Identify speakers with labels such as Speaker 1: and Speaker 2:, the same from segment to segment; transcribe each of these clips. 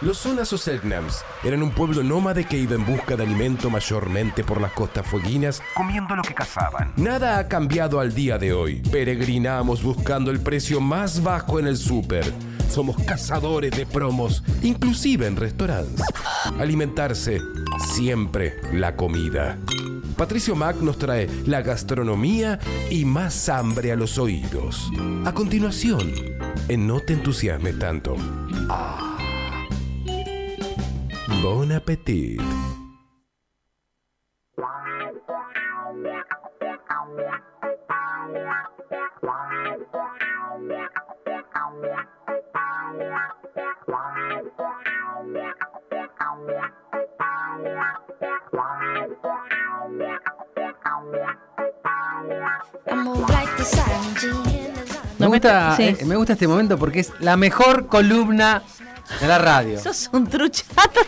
Speaker 1: Los Zonas o Selknams eran un pueblo nómade que iba en busca de alimento mayormente por las costas fueguinas, comiendo lo que cazaban. Nada ha cambiado al día de hoy. Peregrinamos buscando el precio más bajo en el súper. Somos cazadores de promos, inclusive en restaurantes. Alimentarse, siempre la comida. Patricio Mac nos trae la gastronomía y más hambre a los oídos. A continuación, en No te entusiasme tanto. Ah. Bon appetit.
Speaker 2: Me
Speaker 3: No,
Speaker 2: gusta,
Speaker 3: cuenta- sí.
Speaker 2: eh, me gusta este momento porque es la mejor columna de la radio.
Speaker 3: Sos un truchato.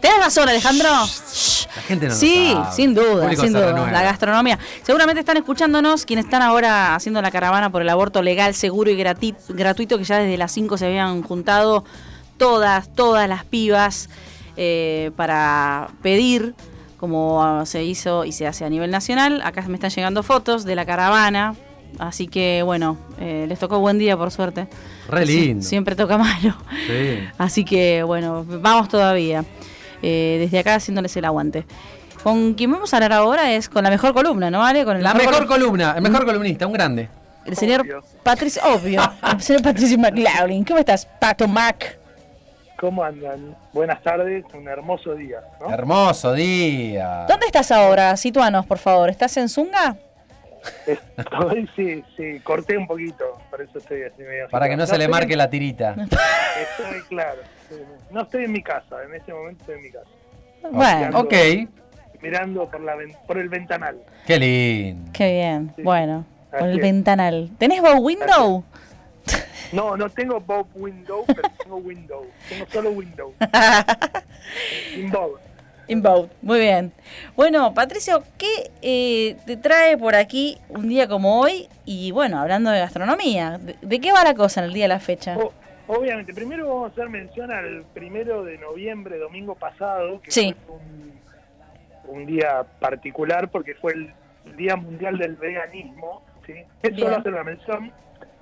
Speaker 3: Tenés razón, Alejandro.
Speaker 2: La gente no lo
Speaker 3: sí,
Speaker 2: sabe.
Speaker 3: sin
Speaker 2: El
Speaker 3: duda,
Speaker 2: público
Speaker 3: sin
Speaker 2: se
Speaker 3: duda.
Speaker 2: renueva.
Speaker 3: La gastronomía. Seguramente están escuchándonos quienes están ahora haciendo la caravana por el aborto legal, seguro y grati- gratuito, que ya desde las 5 se habían juntado todas, todas las pibas eh, para pedir, como ah, se hizo y se hace a nivel nacional. Acá me están llegando fotos de la caravana. Así que bueno, eh, les tocó buen día por suerte.
Speaker 2: Re
Speaker 3: Sí,
Speaker 2: lindo.
Speaker 3: siempre toca malo.
Speaker 2: Sí.
Speaker 3: Así que bueno, vamos todavía. Eh, desde acá haciéndoles el aguante. Con quien vamos a hablar ahora es con la mejor columna, ¿no vale? Con el
Speaker 2: La mejor
Speaker 3: colu-
Speaker 2: columna, el mejor columnista, un grande.
Speaker 3: El señor Patricio, obvio. El señor Patricio McLaughlin. ¿Cómo estás, Pato Mac?
Speaker 4: ¿Cómo andan? Buenas tardes, un hermoso día, ¿no?
Speaker 2: Ah. Hermoso día.
Speaker 3: ¿Dónde estás ahora? Situanos, por favor. ¿Estás en Zunga?
Speaker 4: Estoy, sí, sí, corté un poquito, por eso estoy así medio...
Speaker 2: Para que no se le
Speaker 4: estoy-
Speaker 2: marque la tirita.
Speaker 4: Estoy claro. sí, No estoy en mi casa, en este momento estoy en mi casa.
Speaker 3: Bueno,
Speaker 2: Ok,
Speaker 4: Mirando por, la ven- por el ventanal.
Speaker 2: qué lindo.
Speaker 3: qué bien.
Speaker 4: Sí.
Speaker 3: Bueno, por
Speaker 4: Así
Speaker 3: el
Speaker 4: es.
Speaker 3: ventanal. ¿Tenés bow window?
Speaker 4: No, no tengo Bob Window, pero tengo Window. Tengo solo Window. Sin Bob.
Speaker 3: In boat, muy bien. Bueno, Patricio, ¿qué eh, te trae por aquí un día como hoy? Y bueno, hablando de gastronomía, ¿de, de qué va la cosa en el día de la fecha?
Speaker 4: O- obviamente, primero vamos a hacer mención al primero de noviembre, domingo pasado, que
Speaker 3: Sí.
Speaker 4: fue un, un día particular porque fue el Día Mundial del Veganismo. ¿sí? Es
Speaker 3: Bien.
Speaker 4: solo hacer la mención,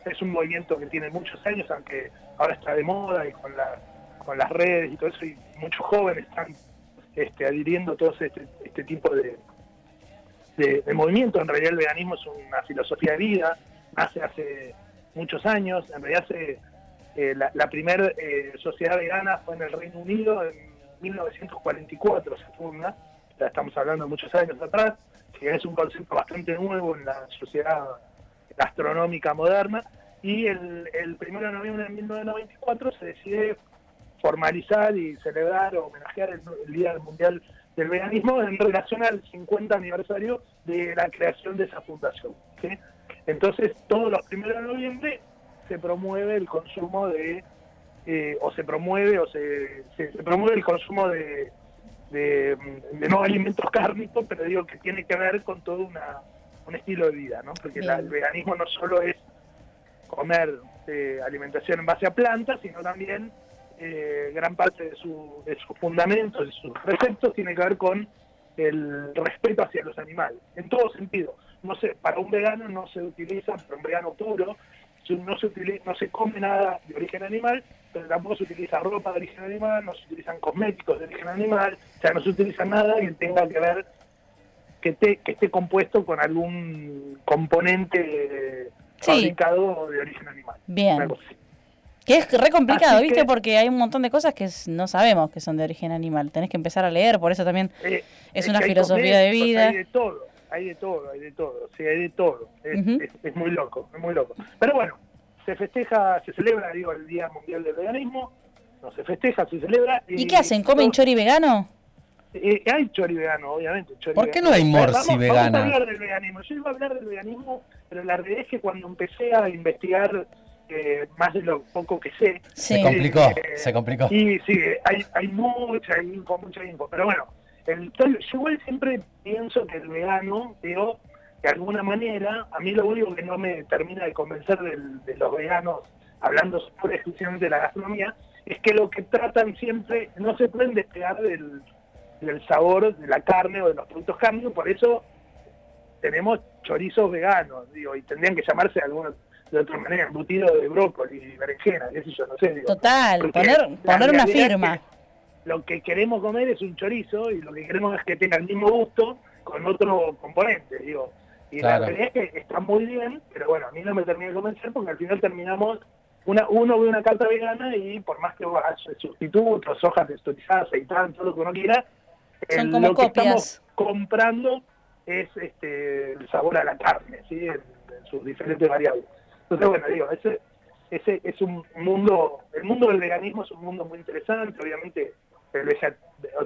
Speaker 4: es un movimiento que tiene muchos años, aunque ahora está de moda y con, la, con las redes y todo eso, y muchos jóvenes están este, adhiriendo a todos este, este tipo de, de, de movimiento. En realidad el veganismo es una filosofía de vida, nace hace muchos años. En realidad se- eh, la, primera sociedad vegana fue en el Reino Unido en 1944, se funda. Ya estamos hablando de muchos años atrás, que es un concepto bastante nuevo en la sociedad gastronómica moderna. Y el, el 1 de noviembre de 1994 se decide formalizar y celebrar o homenajear el, el Día Mundial del Veganismo en relación al 50 aniversario de la creación de esa fundación. ¿sí? Entonces, todos los primeros de noviembre se promueve el consumo de, eh, o se promueve, o se, se- se promueve el consumo de, de, mm, de no alimentos cárnicos, pero digo que tiene que ver con todo una, un estilo de vida, ¿no? Porque la-
Speaker 3: Bien.
Speaker 4: el veganismo no solo es comer eh, alimentación en base a plantas, sino también eh, gran parte de, su- de sus fundamentos, de sus preceptos, tiene que ver con el respeto hacia los animales, en todo sentido. No sé, para un vegano no se utiliza, para un vegano puro, se- no se, utili- no se come nada de origen animal, pero tampoco se utiliza ropa de origen animal, no se utilizan cosméticos de origen animal, o sea, no se utiliza nada que tenga que ver, que, te- que esté compuesto con algún componente eh,
Speaker 3: Sí.
Speaker 4: fabricado de origen animal.
Speaker 3: Bien.
Speaker 4: Una cosa así.
Speaker 3: Que es re complicado,
Speaker 4: Así
Speaker 3: ¿viste?
Speaker 4: que-
Speaker 3: Porque hay un montón de cosas que s- no sabemos que son de origen animal. Tenés que empezar a leer, por eso también.
Speaker 4: Eh,
Speaker 3: Es
Speaker 4: que
Speaker 3: una
Speaker 4: hay
Speaker 3: filosofía de
Speaker 4: cosméticos,
Speaker 3: vida.
Speaker 4: Hay de todo, hay de todo, hay de todo, sí, hay de todo. Es,
Speaker 3: Ujú.
Speaker 4: es- es muy loco, es muy loco. Pero bueno, se festeja, se celebra, digo, el Día Mundial del Veganismo. No se festeja, se celebra.
Speaker 3: ¿Y qué hacen? ¿Comen
Speaker 4: todo-
Speaker 3: chori vegano?
Speaker 4: eh, hay chori vegano, obviamente. chori
Speaker 2: ¿Por qué
Speaker 4: vegano.
Speaker 2: no hay morsi
Speaker 4: Vamos-
Speaker 2: vegana?
Speaker 4: Vamos a hablar del veganismo. Yo iba a hablar del veganismo, pero la realidad es que cuando empecé a investigar eh, más de lo poco que sé,
Speaker 3: Sí.
Speaker 2: Se complicó,
Speaker 4: Eh,
Speaker 2: se complicó.
Speaker 4: y sí, hay, hay mucha info, mucha info. Pero bueno, el, yo igual siempre pienso que el vegano, digo, de alguna manera, a mí lo único que no me termina de convencer del- de los veganos, hablando pura y exclusivamente de la gastronomía, es que lo que tratan siempre, no se pueden despegar del, del sabor de la carne o de los productos cárnicos, por eso tenemos chorizos veganos, digo, y tendrían que llamarse de alguna de otra manera, embutido de brócoli y berenjena, qué sé yo, no sé. Digo,
Speaker 3: Total,
Speaker 4: porque
Speaker 3: poner,
Speaker 4: la
Speaker 3: poner una
Speaker 4: realidad es
Speaker 3: firma.
Speaker 4: que lo que queremos comer es un chorizo y lo que queremos es que tenga el mismo gusto con otro componente, digo. Y
Speaker 2: Claro.
Speaker 4: la realidad es que está muy bien, pero bueno, a mí no me termina de convencer porque al final terminamos, una, uno ve una carta vegana y por más que haya sustitutos, hojas texturizadas, aceitadas, todo lo que uno quiera,
Speaker 3: Son
Speaker 4: el-
Speaker 3: como
Speaker 4: lo que
Speaker 3: copias.
Speaker 4: estamos comprando es este, el sabor a la carne, ¿sí? en, en sus diferentes variables. Entonces, bueno, digo, ese, ese es un mundo, el mundo del veganismo es un mundo muy interesante, obviamente el veget-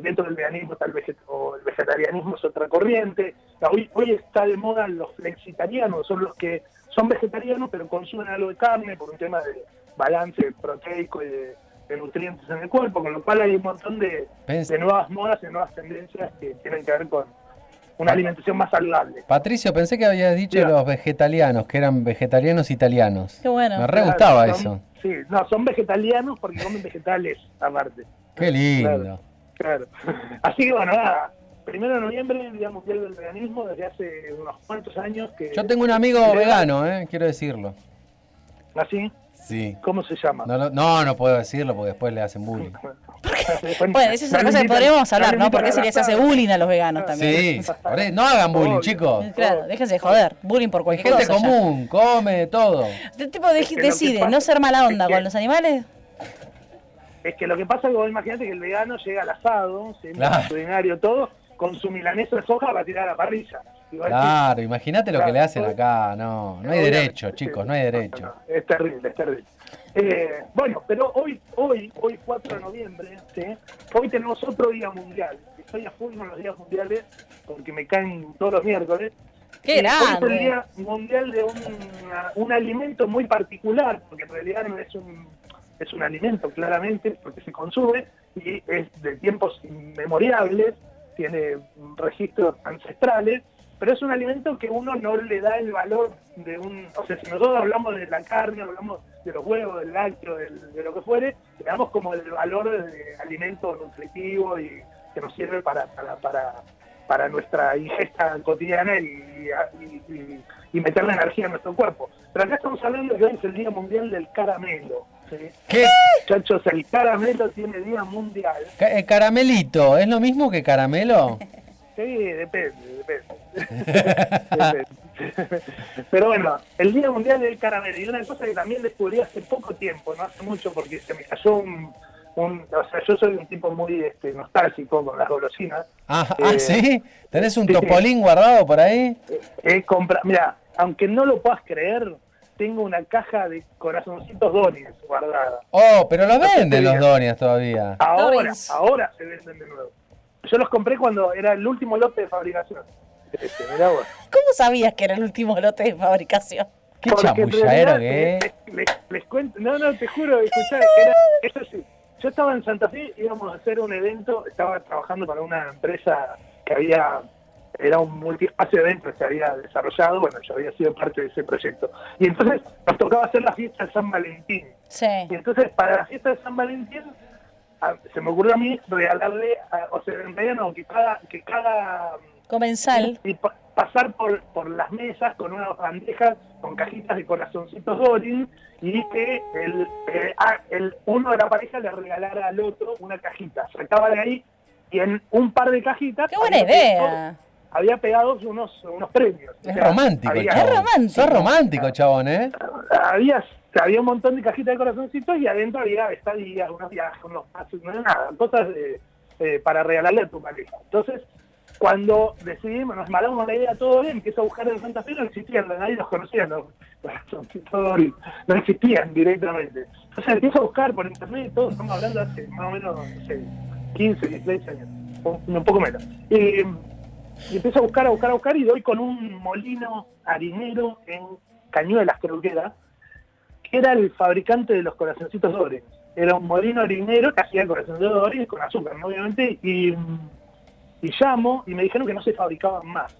Speaker 4: dentro del veganismo tal vez o el vegetarianismo es otra corriente. Hoy, hoy está de moda los flexitarianos, son los que son vegetarianos pero consumen algo de carne por un tema de balance proteico y de, de nutrientes en el cuerpo, con lo cual hay un montón de,
Speaker 2: ¿Ves?
Speaker 4: de nuevas modas, de nuevas tendencias que tienen que ver con una alimentación más saludable.
Speaker 2: Patricio, pensé que habías dicho
Speaker 4: Diga.
Speaker 2: los vegetarianos, que eran vegetarianos italianos.
Speaker 3: Qué bueno.
Speaker 2: Me re gustaba
Speaker 4: Claro,
Speaker 2: eso.
Speaker 4: son- Sí, no, son vegetarianos porque comen vegetales aparte.
Speaker 2: Qué lindo.
Speaker 4: Claro. Claro. Así que bueno, nada. Primero de noviembre, Día Mundial del Veganismo, desde hace unos cuantos años que...
Speaker 2: Yo tengo un amigo
Speaker 4: Mirá.
Speaker 2: vegano, eh, quiero decirlo.
Speaker 4: ¿Así?
Speaker 2: Sí.
Speaker 4: ¿Cómo se llama?
Speaker 2: No, lo- no, no puedo decirlo porque después le hacen bullying.
Speaker 3: Bueno, esa es una cosa que podríamos hablar, ¿no? Porque se les hace bullying a los veganos
Speaker 2: Sí,
Speaker 3: también.
Speaker 2: por eso- no hagan bullying,
Speaker 4: Obvio.
Speaker 2: chicos.
Speaker 3: Claro, déjense de joder. Bullying por
Speaker 2: Hay
Speaker 3: cualquier
Speaker 2: gente
Speaker 3: cosa. ya.
Speaker 2: común, come de todo.
Speaker 3: Este tipo de-
Speaker 4: Es que lo que
Speaker 3: decide
Speaker 4: pasa
Speaker 3: no ser mala onda
Speaker 4: es que-
Speaker 3: con los animales.
Speaker 4: Es que lo que pasa es que vos imaginate que el vegano llega al asado, se
Speaker 2: Claro.
Speaker 4: culinario, todo, con su milanesa de soja va a tirar a la parrilla. Y vos decís,
Speaker 2: Claro, imagínate lo que
Speaker 4: Claro,
Speaker 2: le hacen
Speaker 4: pues-
Speaker 2: acá. No, no hay
Speaker 4: Obviamente,
Speaker 2: derecho,
Speaker 4: sí,
Speaker 2: chicos, no hay
Speaker 4: no,
Speaker 2: derecho.
Speaker 4: no, es terrible, es terrible. Eh, bueno, pero hoy, hoy, hoy 4 de noviembre, ¿sí? hoy tenemos otro día mundial. Estoy a full con los días mundiales porque me caen todos los miércoles.
Speaker 3: ¡Qué
Speaker 4: Eh, hoy es el
Speaker 3: grande!
Speaker 4: día mundial de un, uh, un alimento muy particular, porque en realidad no es un, es un alimento claramente, porque se consume y es de tiempos inmemoriales, tiene registros ancestrales, pero es un alimento que uno no le da el valor de un... O sea, si nosotros hablamos de la carne, hablamos de los huevos, del lácteo, del- de lo que fuere, le damos como el valor de alimento nutritivo y que nos sirve para, para, para, para nuestra ingesta cotidiana y, y, y- y meter la energía en nuestro cuerpo. Pero acá estamos hablando que hoy es el Día Mundial del Caramelo. ¿sí?
Speaker 2: ¿Qué?
Speaker 4: Muchachos, el caramelo tiene Día Mundial.
Speaker 2: Ca- eh, caramelito, ¿es lo mismo que caramelo?
Speaker 4: Sí, depende, depende. Depende. Pero bueno, el Día Mundial del Caramelo. Y una cosa que también descubrí hace poco tiempo, no hace mucho, porque se me cayó un... un- o sea, yo soy un tipo muy este, nostálgico con las golosinas.
Speaker 2: Ah, ah,
Speaker 4: Eh,
Speaker 2: ¿sí? ¿Tenés un
Speaker 4: sí, sí.
Speaker 2: topolín guardado por ahí?
Speaker 4: He comprado... Mira, aunque no lo puedas creer, tengo una caja de corazoncitos dones guardada.
Speaker 2: Oh, pero lo venden
Speaker 4: diga.
Speaker 2: los donias todavía.
Speaker 4: Ah, Ahora,
Speaker 3: Doris.
Speaker 4: ahora se venden de nuevo. Yo los compré cuando era el último lote de fabricación. Este, mirá vos.
Speaker 3: ¿Cómo sabías que era el último lote de fabricación?
Speaker 2: Qué ¿eh?
Speaker 4: Porque en
Speaker 2: chamulladero que
Speaker 4: realidad,
Speaker 2: es.
Speaker 4: Les, les- les cuento, no, no, te juro, escuchá, era, eso sí. Yo estaba en Santa Fe, íbamos a hacer un evento, estaba trabajando para una empresa que había, era un multiespacio de eventos que se había desarrollado, bueno, yo había sido parte de ese proyecto. Y entonces nos tocaba hacer la fiesta de San Valentín.
Speaker 3: Sí.
Speaker 4: Y entonces para la fiesta de San Valentín a- se me ocurrió a mí regalarle, a- o sea, en realidad no, que cada, que cada
Speaker 3: Comensal.
Speaker 4: y pa- pasar por, por las mesas con unas bandejas con cajitas de corazoncitos Dorin y que el, eh, ah, el- uno de la pareja le regalara al otro una cajita. Sacaba de ahí y en un par de cajitas.
Speaker 3: ¡Qué buena
Speaker 4: había
Speaker 3: idea!
Speaker 4: pegado- había pegados unos, unos premios. O
Speaker 2: Es
Speaker 4: sea,
Speaker 2: romántico,
Speaker 4: había-
Speaker 2: chabón.
Speaker 3: Es romántico.
Speaker 2: Sos romántico, chabón, ¿eh?
Speaker 4: había, había un montón de cajitas de corazoncitos y adentro había estadías, unos viajes, unos pasos, no era nada, cosas de- eh, para regalarle a tu pareja. Entonces, cuando decidimos, nos malamos la idea todo bien, empiezo a buscar en Santa Fe, no existían, nadie los conocía, los corazoncitos no existían directamente. Entonces empiezo a buscar por internet, todos estamos hablando hace más o menos, no sé, 15, 16 años, un, un poco menos. Y, y empiezo a buscar, a buscar, a buscar y doy con un molino harinero en Cañuelas, creo que era, que era el fabricante de los corazoncitos Doris. Era un molino harinero que hacía corazoncitos Doris con azúcar, ¿no? obviamente, y, y llamo y me dijeron que no se fabricaban más.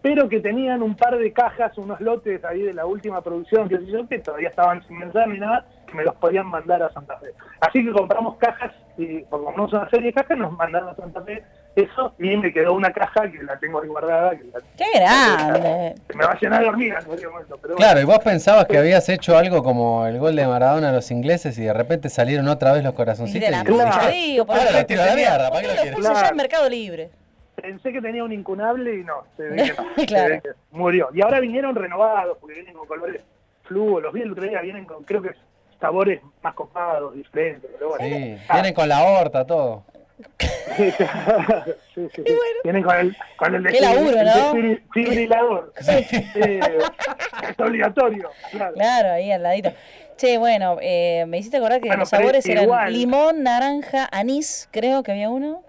Speaker 4: Pero que tenían un par de cajas, unos lotes ahí de la última producción, que sé yo, que todavía estaban sin pensar ni nada, que me los podían mandar a Santa Fe. Así que compramos cajas, y como no una serie de cajas, nos mandaron a Santa Fe eso y me quedó una caja que la tengo ahí guardada. Que la-
Speaker 3: ¡Qué grande!
Speaker 4: que me va a llenar de hormigas en cualquier momento. Pero
Speaker 2: Claro, y vos pensabas que habías hecho algo como el gol de Maradona a los ingleses y de repente salieron otra vez los
Speaker 3: Y
Speaker 2: corazoncitos.
Speaker 3: de la
Speaker 2: y-
Speaker 3: puta,
Speaker 4: Claro.
Speaker 3: digo, por
Speaker 2: Ahora
Speaker 3: favor.
Speaker 2: la tiro a la mierda, ¿para qué lo
Speaker 3: Yo lo
Speaker 2: quieres?
Speaker 3: puse ya
Speaker 4: Claro.
Speaker 3: en Mercado Libre.
Speaker 4: Pensé que tenía un incunable y no, se ve que no. se
Speaker 3: Claro.
Speaker 4: ve que murió. Y ahora vinieron renovados, porque vienen con colores fluo, los vi el otro día, vienen con, creo que sabores más copados, diferentes, pero bueno.
Speaker 2: Sí,
Speaker 4: Ah,
Speaker 2: vienen con la horta, todo.
Speaker 4: sí, sí, sí, sí. Vienen con el, con el
Speaker 3: Qué laburo, ¿no?
Speaker 4: desfibri- desfibrilador. Eh, es obligatorio, claro.
Speaker 3: Claro, ahí al ladito. Che, bueno, eh, me hiciste acordar que
Speaker 4: Bueno,
Speaker 3: los
Speaker 4: pero
Speaker 3: sabores eran
Speaker 4: igual.
Speaker 3: limón, naranja, anís, creo que había uno.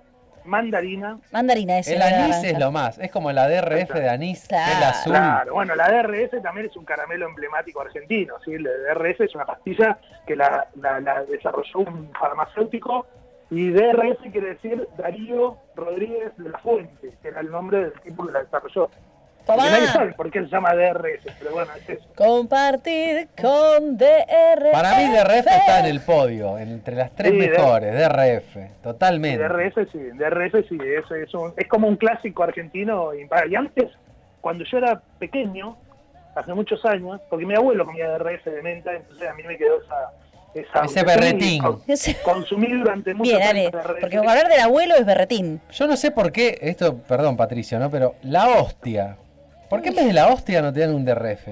Speaker 4: Mandarina,
Speaker 3: Mandarina, ese.
Speaker 2: El
Speaker 3: no era
Speaker 2: anís
Speaker 3: naranja.
Speaker 2: es lo más, es como la DRF de anís, que es la azul.
Speaker 4: Claro, bueno, la DRS también es un caramelo emblemático argentino, ¿sí? La DRS es una pastilla que la, la- la desarrolló un farmacéutico y DRS quiere decir Darío Rodríguez de la Fuente, que era el nombre del tipo que la desarrolló.
Speaker 3: Tomá.
Speaker 4: Que nadie sabe por qué se llama DRS, pero bueno, es eso.
Speaker 3: Compartir con DR.
Speaker 2: Para mí DRF está en el podio, entre las tres
Speaker 4: Sí, de-
Speaker 2: mejores, DRF, totalmente.
Speaker 4: DRS sí, DRS sí, es, es, un- es como un clásico argentino. Y, y antes, cuando yo era pequeño, hace muchos años, porque mi abuelo comía DRS de menta, entonces a mí me quedó esa... esa
Speaker 2: Ese berretín.
Speaker 4: con- consumí durante mucho
Speaker 3: Bien, dale.
Speaker 4: tiempo DRS.
Speaker 3: Porque hablar del abuelo es berretín.
Speaker 2: Yo no sé por qué, esto, perdón Patricio, ¿no? Pero la hostia. ¿Por qué en vez de la hostia no te dan un DRF?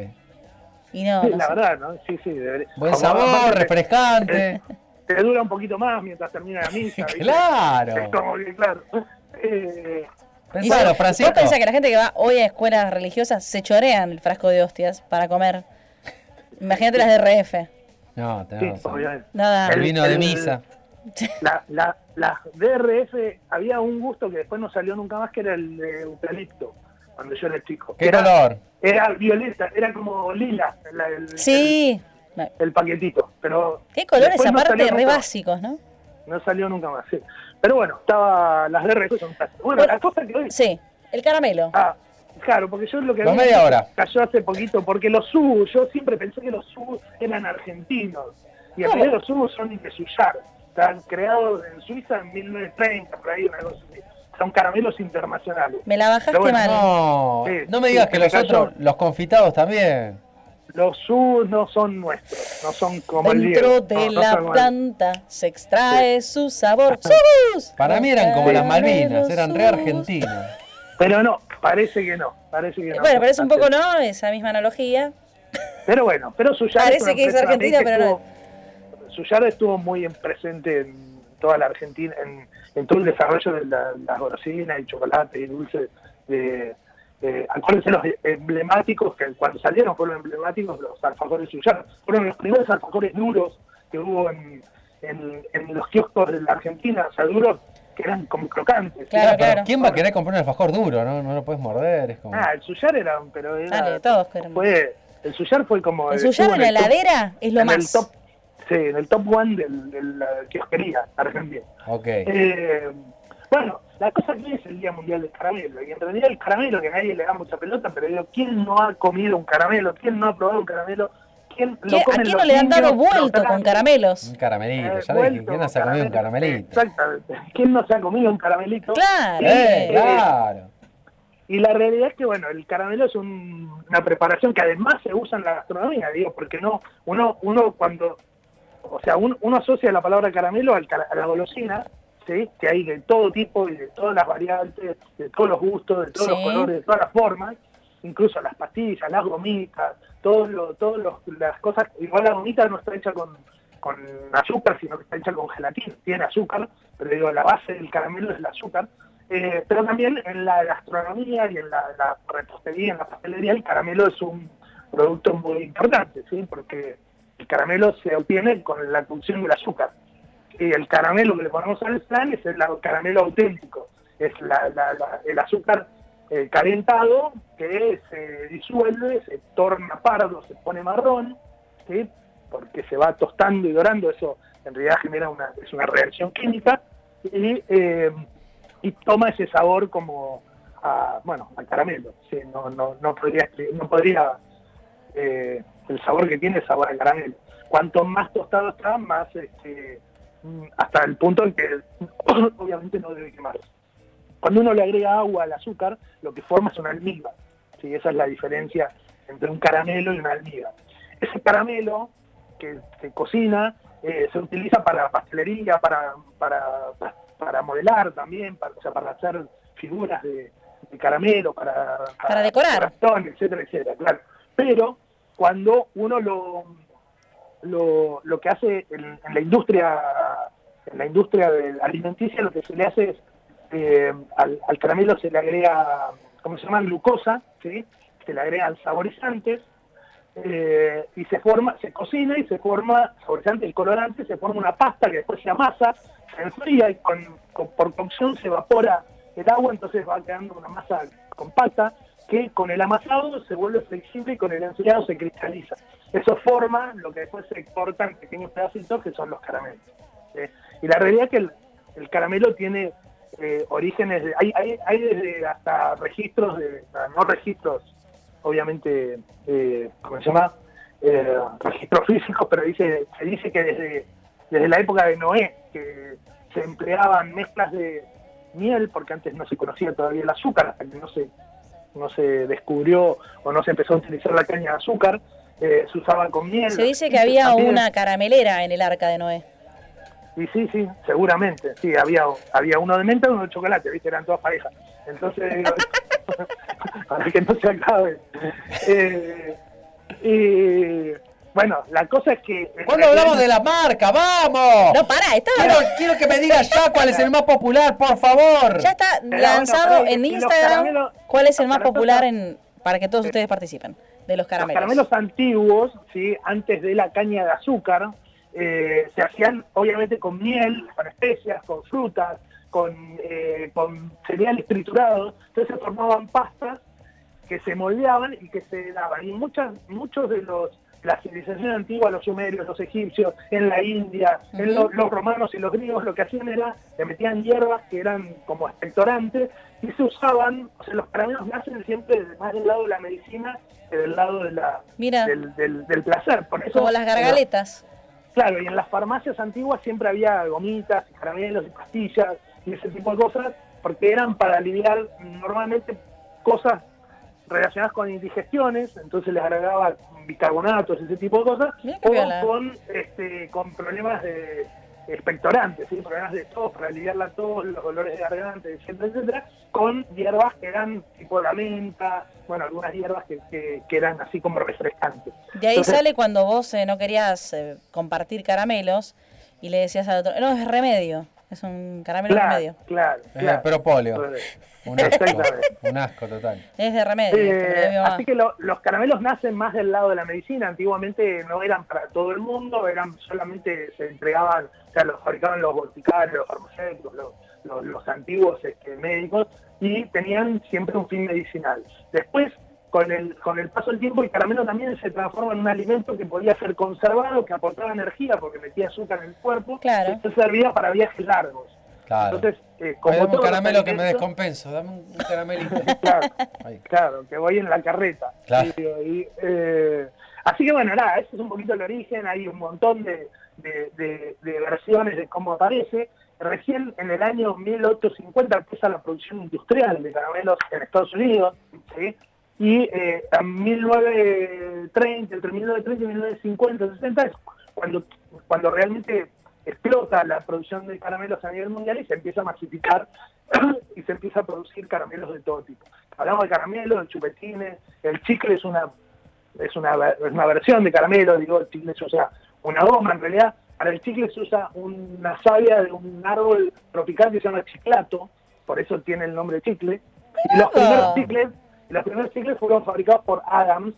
Speaker 3: Y no,
Speaker 4: Sí,
Speaker 3: no
Speaker 4: la
Speaker 3: sé.
Speaker 4: verdad, ¿no? Sí, sí. debería-
Speaker 2: Buen
Speaker 4: como
Speaker 2: sabor,
Speaker 4: aparte te-
Speaker 2: refrescante.
Speaker 4: Te, dura un poquito más mientras termina la misa. ¿viste? Es
Speaker 2: Claro.
Speaker 4: como que, claro. Eh,
Speaker 3: Y
Speaker 2: Pensalo,
Speaker 3: si-
Speaker 2: Francisco.
Speaker 3: ¿Vos pensás que la gente que va hoy a escuelas religiosas se chorean el frasco de hostias para comer? Imagínate las de RF.
Speaker 2: No,
Speaker 4: sí,
Speaker 2: tenés razón.
Speaker 4: obviamente.
Speaker 3: Nada.
Speaker 2: El vino de
Speaker 4: El-
Speaker 2: misa.
Speaker 4: La, la, las DRF, había un gusto que después no salió nunca más, que era el de eucalipto, cuando yo era chico.
Speaker 2: ¿Qué
Speaker 4: era,
Speaker 2: color?
Speaker 4: Era violeta, era como lila la- el,
Speaker 3: Sí. No.
Speaker 4: el, el paquetito. Pero
Speaker 3: ¿Qué colores
Speaker 4: después no
Speaker 3: aparte
Speaker 4: salió
Speaker 3: re
Speaker 4: nunca-
Speaker 3: básicos, no?
Speaker 4: No salió nunca más, sí. Pero bueno, estaba las DRF son clásicas. Bueno,
Speaker 3: Bueno,
Speaker 4: la cosa que hoy...
Speaker 3: Sí. El caramelo.
Speaker 4: Ah, claro, porque yo lo que
Speaker 2: Los
Speaker 4: había
Speaker 2: media
Speaker 4: visto
Speaker 2: hora.
Speaker 4: cayó hace poquito, porque los Subu, yo siempre pensé que los Subu eran argentinos. Y al
Speaker 3: ¿Cómo?
Speaker 4: final los Subu son de Suyar. Están creados en Suiza en 1930, por ahí una cosa así. Son caramelos internacionales.
Speaker 3: Me la bajaste
Speaker 4: Pero bueno,
Speaker 3: mal.
Speaker 2: No,
Speaker 4: Sí,
Speaker 2: no me
Speaker 4: sí,
Speaker 2: digas
Speaker 4: se
Speaker 2: que
Speaker 4: me
Speaker 2: los
Speaker 4: cayó.
Speaker 2: otros, los confitados también.
Speaker 4: Los Subu no son nuestros, no son como el
Speaker 3: Dentro
Speaker 4: Diego.
Speaker 3: de
Speaker 4: No, no
Speaker 3: la
Speaker 4: son como el-
Speaker 3: planta se extrae su sabor. ¡Sus!
Speaker 2: Para mí eran como las Malvinas,
Speaker 3: Caramelos
Speaker 2: eran re
Speaker 3: sus.
Speaker 2: argentinos.
Speaker 4: Pero no, parece que no. Parece que no.
Speaker 3: Bueno, pero es un poco no, esa misma analogía.
Speaker 4: Pero bueno, pero Suyar
Speaker 3: Parece que es argentina, pero no.
Speaker 4: Suyar estuvo muy en presente en toda la Argentina, en, en todo el desarrollo de la- las golosinas y chocolate y dulces. De, eh, acuérdense los emblemáticos, que cuando salieron fueron emblemáticos los alfajores Suyar. Fueron los primeros alfajores duros que hubo en, en- en los kioscos de la Argentina, o sea, duros que eran como crocantes.
Speaker 3: Claro,
Speaker 2: Pero
Speaker 3: claro.
Speaker 2: ¿Quién va a querer comprar un alfajor duro? No, no lo puedes morder, es como...
Speaker 4: Ah, el Suyar era, un- pero era-
Speaker 3: Dale, todos queremos.
Speaker 4: fue, el Suyar fue como...
Speaker 3: El
Speaker 4: estuvo
Speaker 3: suyar en la
Speaker 4: el top-
Speaker 3: heladera es lo
Speaker 4: en el
Speaker 3: más.
Speaker 4: top, sí, en el top one del, de la kiosquería argentina.
Speaker 2: Ok.
Speaker 4: Eh, bueno, la cosa que es el Día Mundial del Caramelo, y en realidad el caramelo, que a nadie le da mucha pelota, pero digo, ¿quién no ha comido un caramelo? ¿Quién no ha probado un caramelo? ¿Quién
Speaker 3: ¿Qué-
Speaker 4: lo
Speaker 3: ¿A
Speaker 4: comen
Speaker 3: quién no
Speaker 4: los
Speaker 3: le han dado
Speaker 4: niños? Los
Speaker 3: vuelto con
Speaker 4: grandes.
Speaker 3: caramelos?
Speaker 2: Un caramelito,
Speaker 4: Eh,
Speaker 2: ya dije,
Speaker 4: vuelto
Speaker 2: ¿quién no se ha
Speaker 4: con
Speaker 2: comido un caramelito?
Speaker 4: Exactamente. ¿Quién no se ha comido un caramelito?
Speaker 3: Claro.
Speaker 2: ¡Eh,
Speaker 4: Sí.
Speaker 2: claro!
Speaker 4: Y la realidad es que, bueno, el caramelo es un- una preparación que además se usa en la gastronomía, digo, porque no, uno, uno cuando, o sea, un- uno asocia la palabra caramelo al cara- a la golosina, ¿sí? Que hay de todo tipo y de todas las variantes, de todos los gustos, de todos
Speaker 3: Sí.
Speaker 4: los colores, de todas las formas, incluso las pastillas, las gomitas, todos lo, todos los- las cosas, igual la gomita no está hecha con, con azúcar, sino que está hecha con gelatina, tiene azúcar, pero digo, la base del caramelo es el azúcar. Eh, pero también en la gastronomía y en la, la repostería, en la pastelería, el caramelo es un producto muy importante, ¿sí? porque el caramelo se obtiene con la función del azúcar. Y el caramelo que le ponemos al flan es el caramelo auténtico, es la- la- la- el azúcar eh, calentado que se disuelve, se torna pardo, se pone marrón, ¿sí? porque se va tostando y dorando, eso en realidad genera una, es una reacción química y, eh, y toma ese sabor como a, bueno, al caramelo. ¿sí? No, no, no podría, expli- no podría eh, el sabor que tiene es sabor al caramelo. cuanto más tostado está, más este, hasta el punto en que obviamente no debe quemar. Cuando uno le agrega agua al azúcar, lo que forma es una almíbar. ¿sí? Esa es la diferencia entre un caramelo y una almíbar. Ese caramelo que se cocina eh, se utiliza para pastelería, para, para, para modelar también, para, o sea, para hacer figuras de, de caramelo, para,
Speaker 3: Para decorar.
Speaker 4: corazones, etcétera, etcétera, claro. Pero cuando uno lo, lo, lo que hace en, en la industria en la industria del- alimenticia lo que se le hace es eh, al, al caramelo se le agrega ¿cómo se llama? glucosa ¿sí? se le agregan saborizantes eh, y se forma se cocina y se forma saborizante y colorante se forma una pasta que después se amasa se enfría y con, con- por cocción se evapora el agua entonces va quedando una masa compacta que con el amasado se vuelve flexible y con el enfriado se cristaliza eso forma lo que después se corta en pequeños pedacitos que son los caramelos. ¿sí? Y la realidad es que el, el caramelo tiene eh, orígenes, de- hay, hay, hay desde hasta registros, de, ah, no registros, obviamente, eh, ¿cómo se llama? Eh, registros físicos, pero dice, se dice que desde, desde la época de Noé, que se empleaban mezclas de miel, porque antes no se conocía todavía el azúcar, hasta que no se no se descubrió o no se empezó a utilizar la caña de azúcar, eh, se usaban con miel.
Speaker 3: Se dice que había
Speaker 4: También-
Speaker 3: una caramelera en el arca de Noé.
Speaker 4: Y sí, sí, seguramente, sí, había, había uno de menta y uno de chocolate, viste, eran todas parejas. Entonces, digo, para que no se acabe. Eh, y, bueno, la cosa es que...
Speaker 2: ¿Cuándo hablamos de la marca? ¡Vamos!
Speaker 3: No, pará, estaba.
Speaker 2: Quiero, quiero que me digas ya cuál es el más popular, por favor.
Speaker 3: Ya está
Speaker 4: bueno,
Speaker 3: lanzado
Speaker 4: pero
Speaker 3: en
Speaker 4: y los
Speaker 3: Instagram.
Speaker 4: caramelos-
Speaker 3: ¿Cuál es el más
Speaker 4: los caramelos-
Speaker 3: popular en para que todos ustedes participen de los caramelos?
Speaker 4: Los caramelos antiguos, ¿sí? antes de la caña de azúcar, eh, se hacían obviamente con miel, con especias, con frutas, con, eh, con cereales triturados. Entonces se formaban pastas que se moldeaban y que se daban. Y muchas, muchos de los la civilización antigua, los sumerios, los egipcios, en la India, en lo- los romanos y los griegos, lo que hacían era, le metían hierbas que eran como expectorantes y se usaban, o sea, los caramelos nacen siempre de- más del lado de la medicina que del lado de la,
Speaker 3: Mira.
Speaker 4: del, del- del placer. Por eso,
Speaker 3: Como las gargaletas.
Speaker 4: Claro, y en las farmacias antiguas siempre había gomitas, y caramelos y pastillas y ese tipo de cosas, porque eran para aliviar normalmente cosas relacionadas con indigestiones, entonces les agregaba bicarbonatos, ese tipo de cosas,
Speaker 3: Mirá qué piola.
Speaker 4: o con, este, con problemas de expectorantes, ¿sí? problemas de tos, para aliviar la tos, los dolores de garganta, etcétera, etcétera, con hierbas que eran tipo la menta, bueno, algunas hierbas que, que- que eran así como refrescantes.
Speaker 3: De ahí
Speaker 4: Entonces,
Speaker 3: sale cuando vos eh, no querías eh, compartir caramelos y le decías al otro, no, es remedio. Es un caramelo
Speaker 4: Claro,
Speaker 3: remedio.
Speaker 4: claro,
Speaker 2: Eh,
Speaker 4: claro.
Speaker 2: propóleo. Un asco,
Speaker 4: Exactamente.
Speaker 2: un asco total.
Speaker 3: Es de remedio.
Speaker 4: Eh,
Speaker 3: este, me lo dio mi mamá.
Speaker 4: así que lo- los caramelos nacen más del lado de la medicina. Antiguamente no eran para todo el mundo, eran solamente se entregaban, o sea, los fabricaban los boticarios, los farmacéuticos, los, los- los antiguos este, médicos y tenían siempre un fin medicinal. Después, con el, con el paso del tiempo, el caramelo también se transforma en un alimento que podía ser conservado, que aportaba energía porque metía azúcar en el cuerpo,
Speaker 3: Claro.
Speaker 4: y esto servía para viajes largos.
Speaker 2: Claro.
Speaker 4: Entonces, eh, como
Speaker 2: Ay, dame un
Speaker 4: todos los
Speaker 2: caramelo que me
Speaker 4: alimentos-
Speaker 2: descompenso. Dame un un caramelito.
Speaker 4: Claro,
Speaker 2: Ay.
Speaker 4: claro, que voy en la carreta.
Speaker 2: Claro.
Speaker 4: Y digo, y, eh, así que bueno, nada, ese es un poquito el origen, hay un montón de, de- de- de versiones de cómo aparece. Recién en el año 1850 empieza la producción industrial de caramelos en Estados Unidos, ¿sí? y eh, en 1930, entre 1930 y 1950, 60, es cuando, cuando realmente explota la producción de caramelos a nivel mundial y se empieza a masificar y se empieza a producir caramelos de todo tipo. Hablamos de caramelos, de chupetines, el chicle es una es una, ver- es una versión de caramelo, digo, el chicle se usa una goma, en realidad para el chicle se usa una savia de un árbol tropical que se llama chiclato, por eso tiene el nombre de chicle. Y los
Speaker 3: Mirá.
Speaker 4: primeros chicles, los primeros chicles fueron fabricados por Adams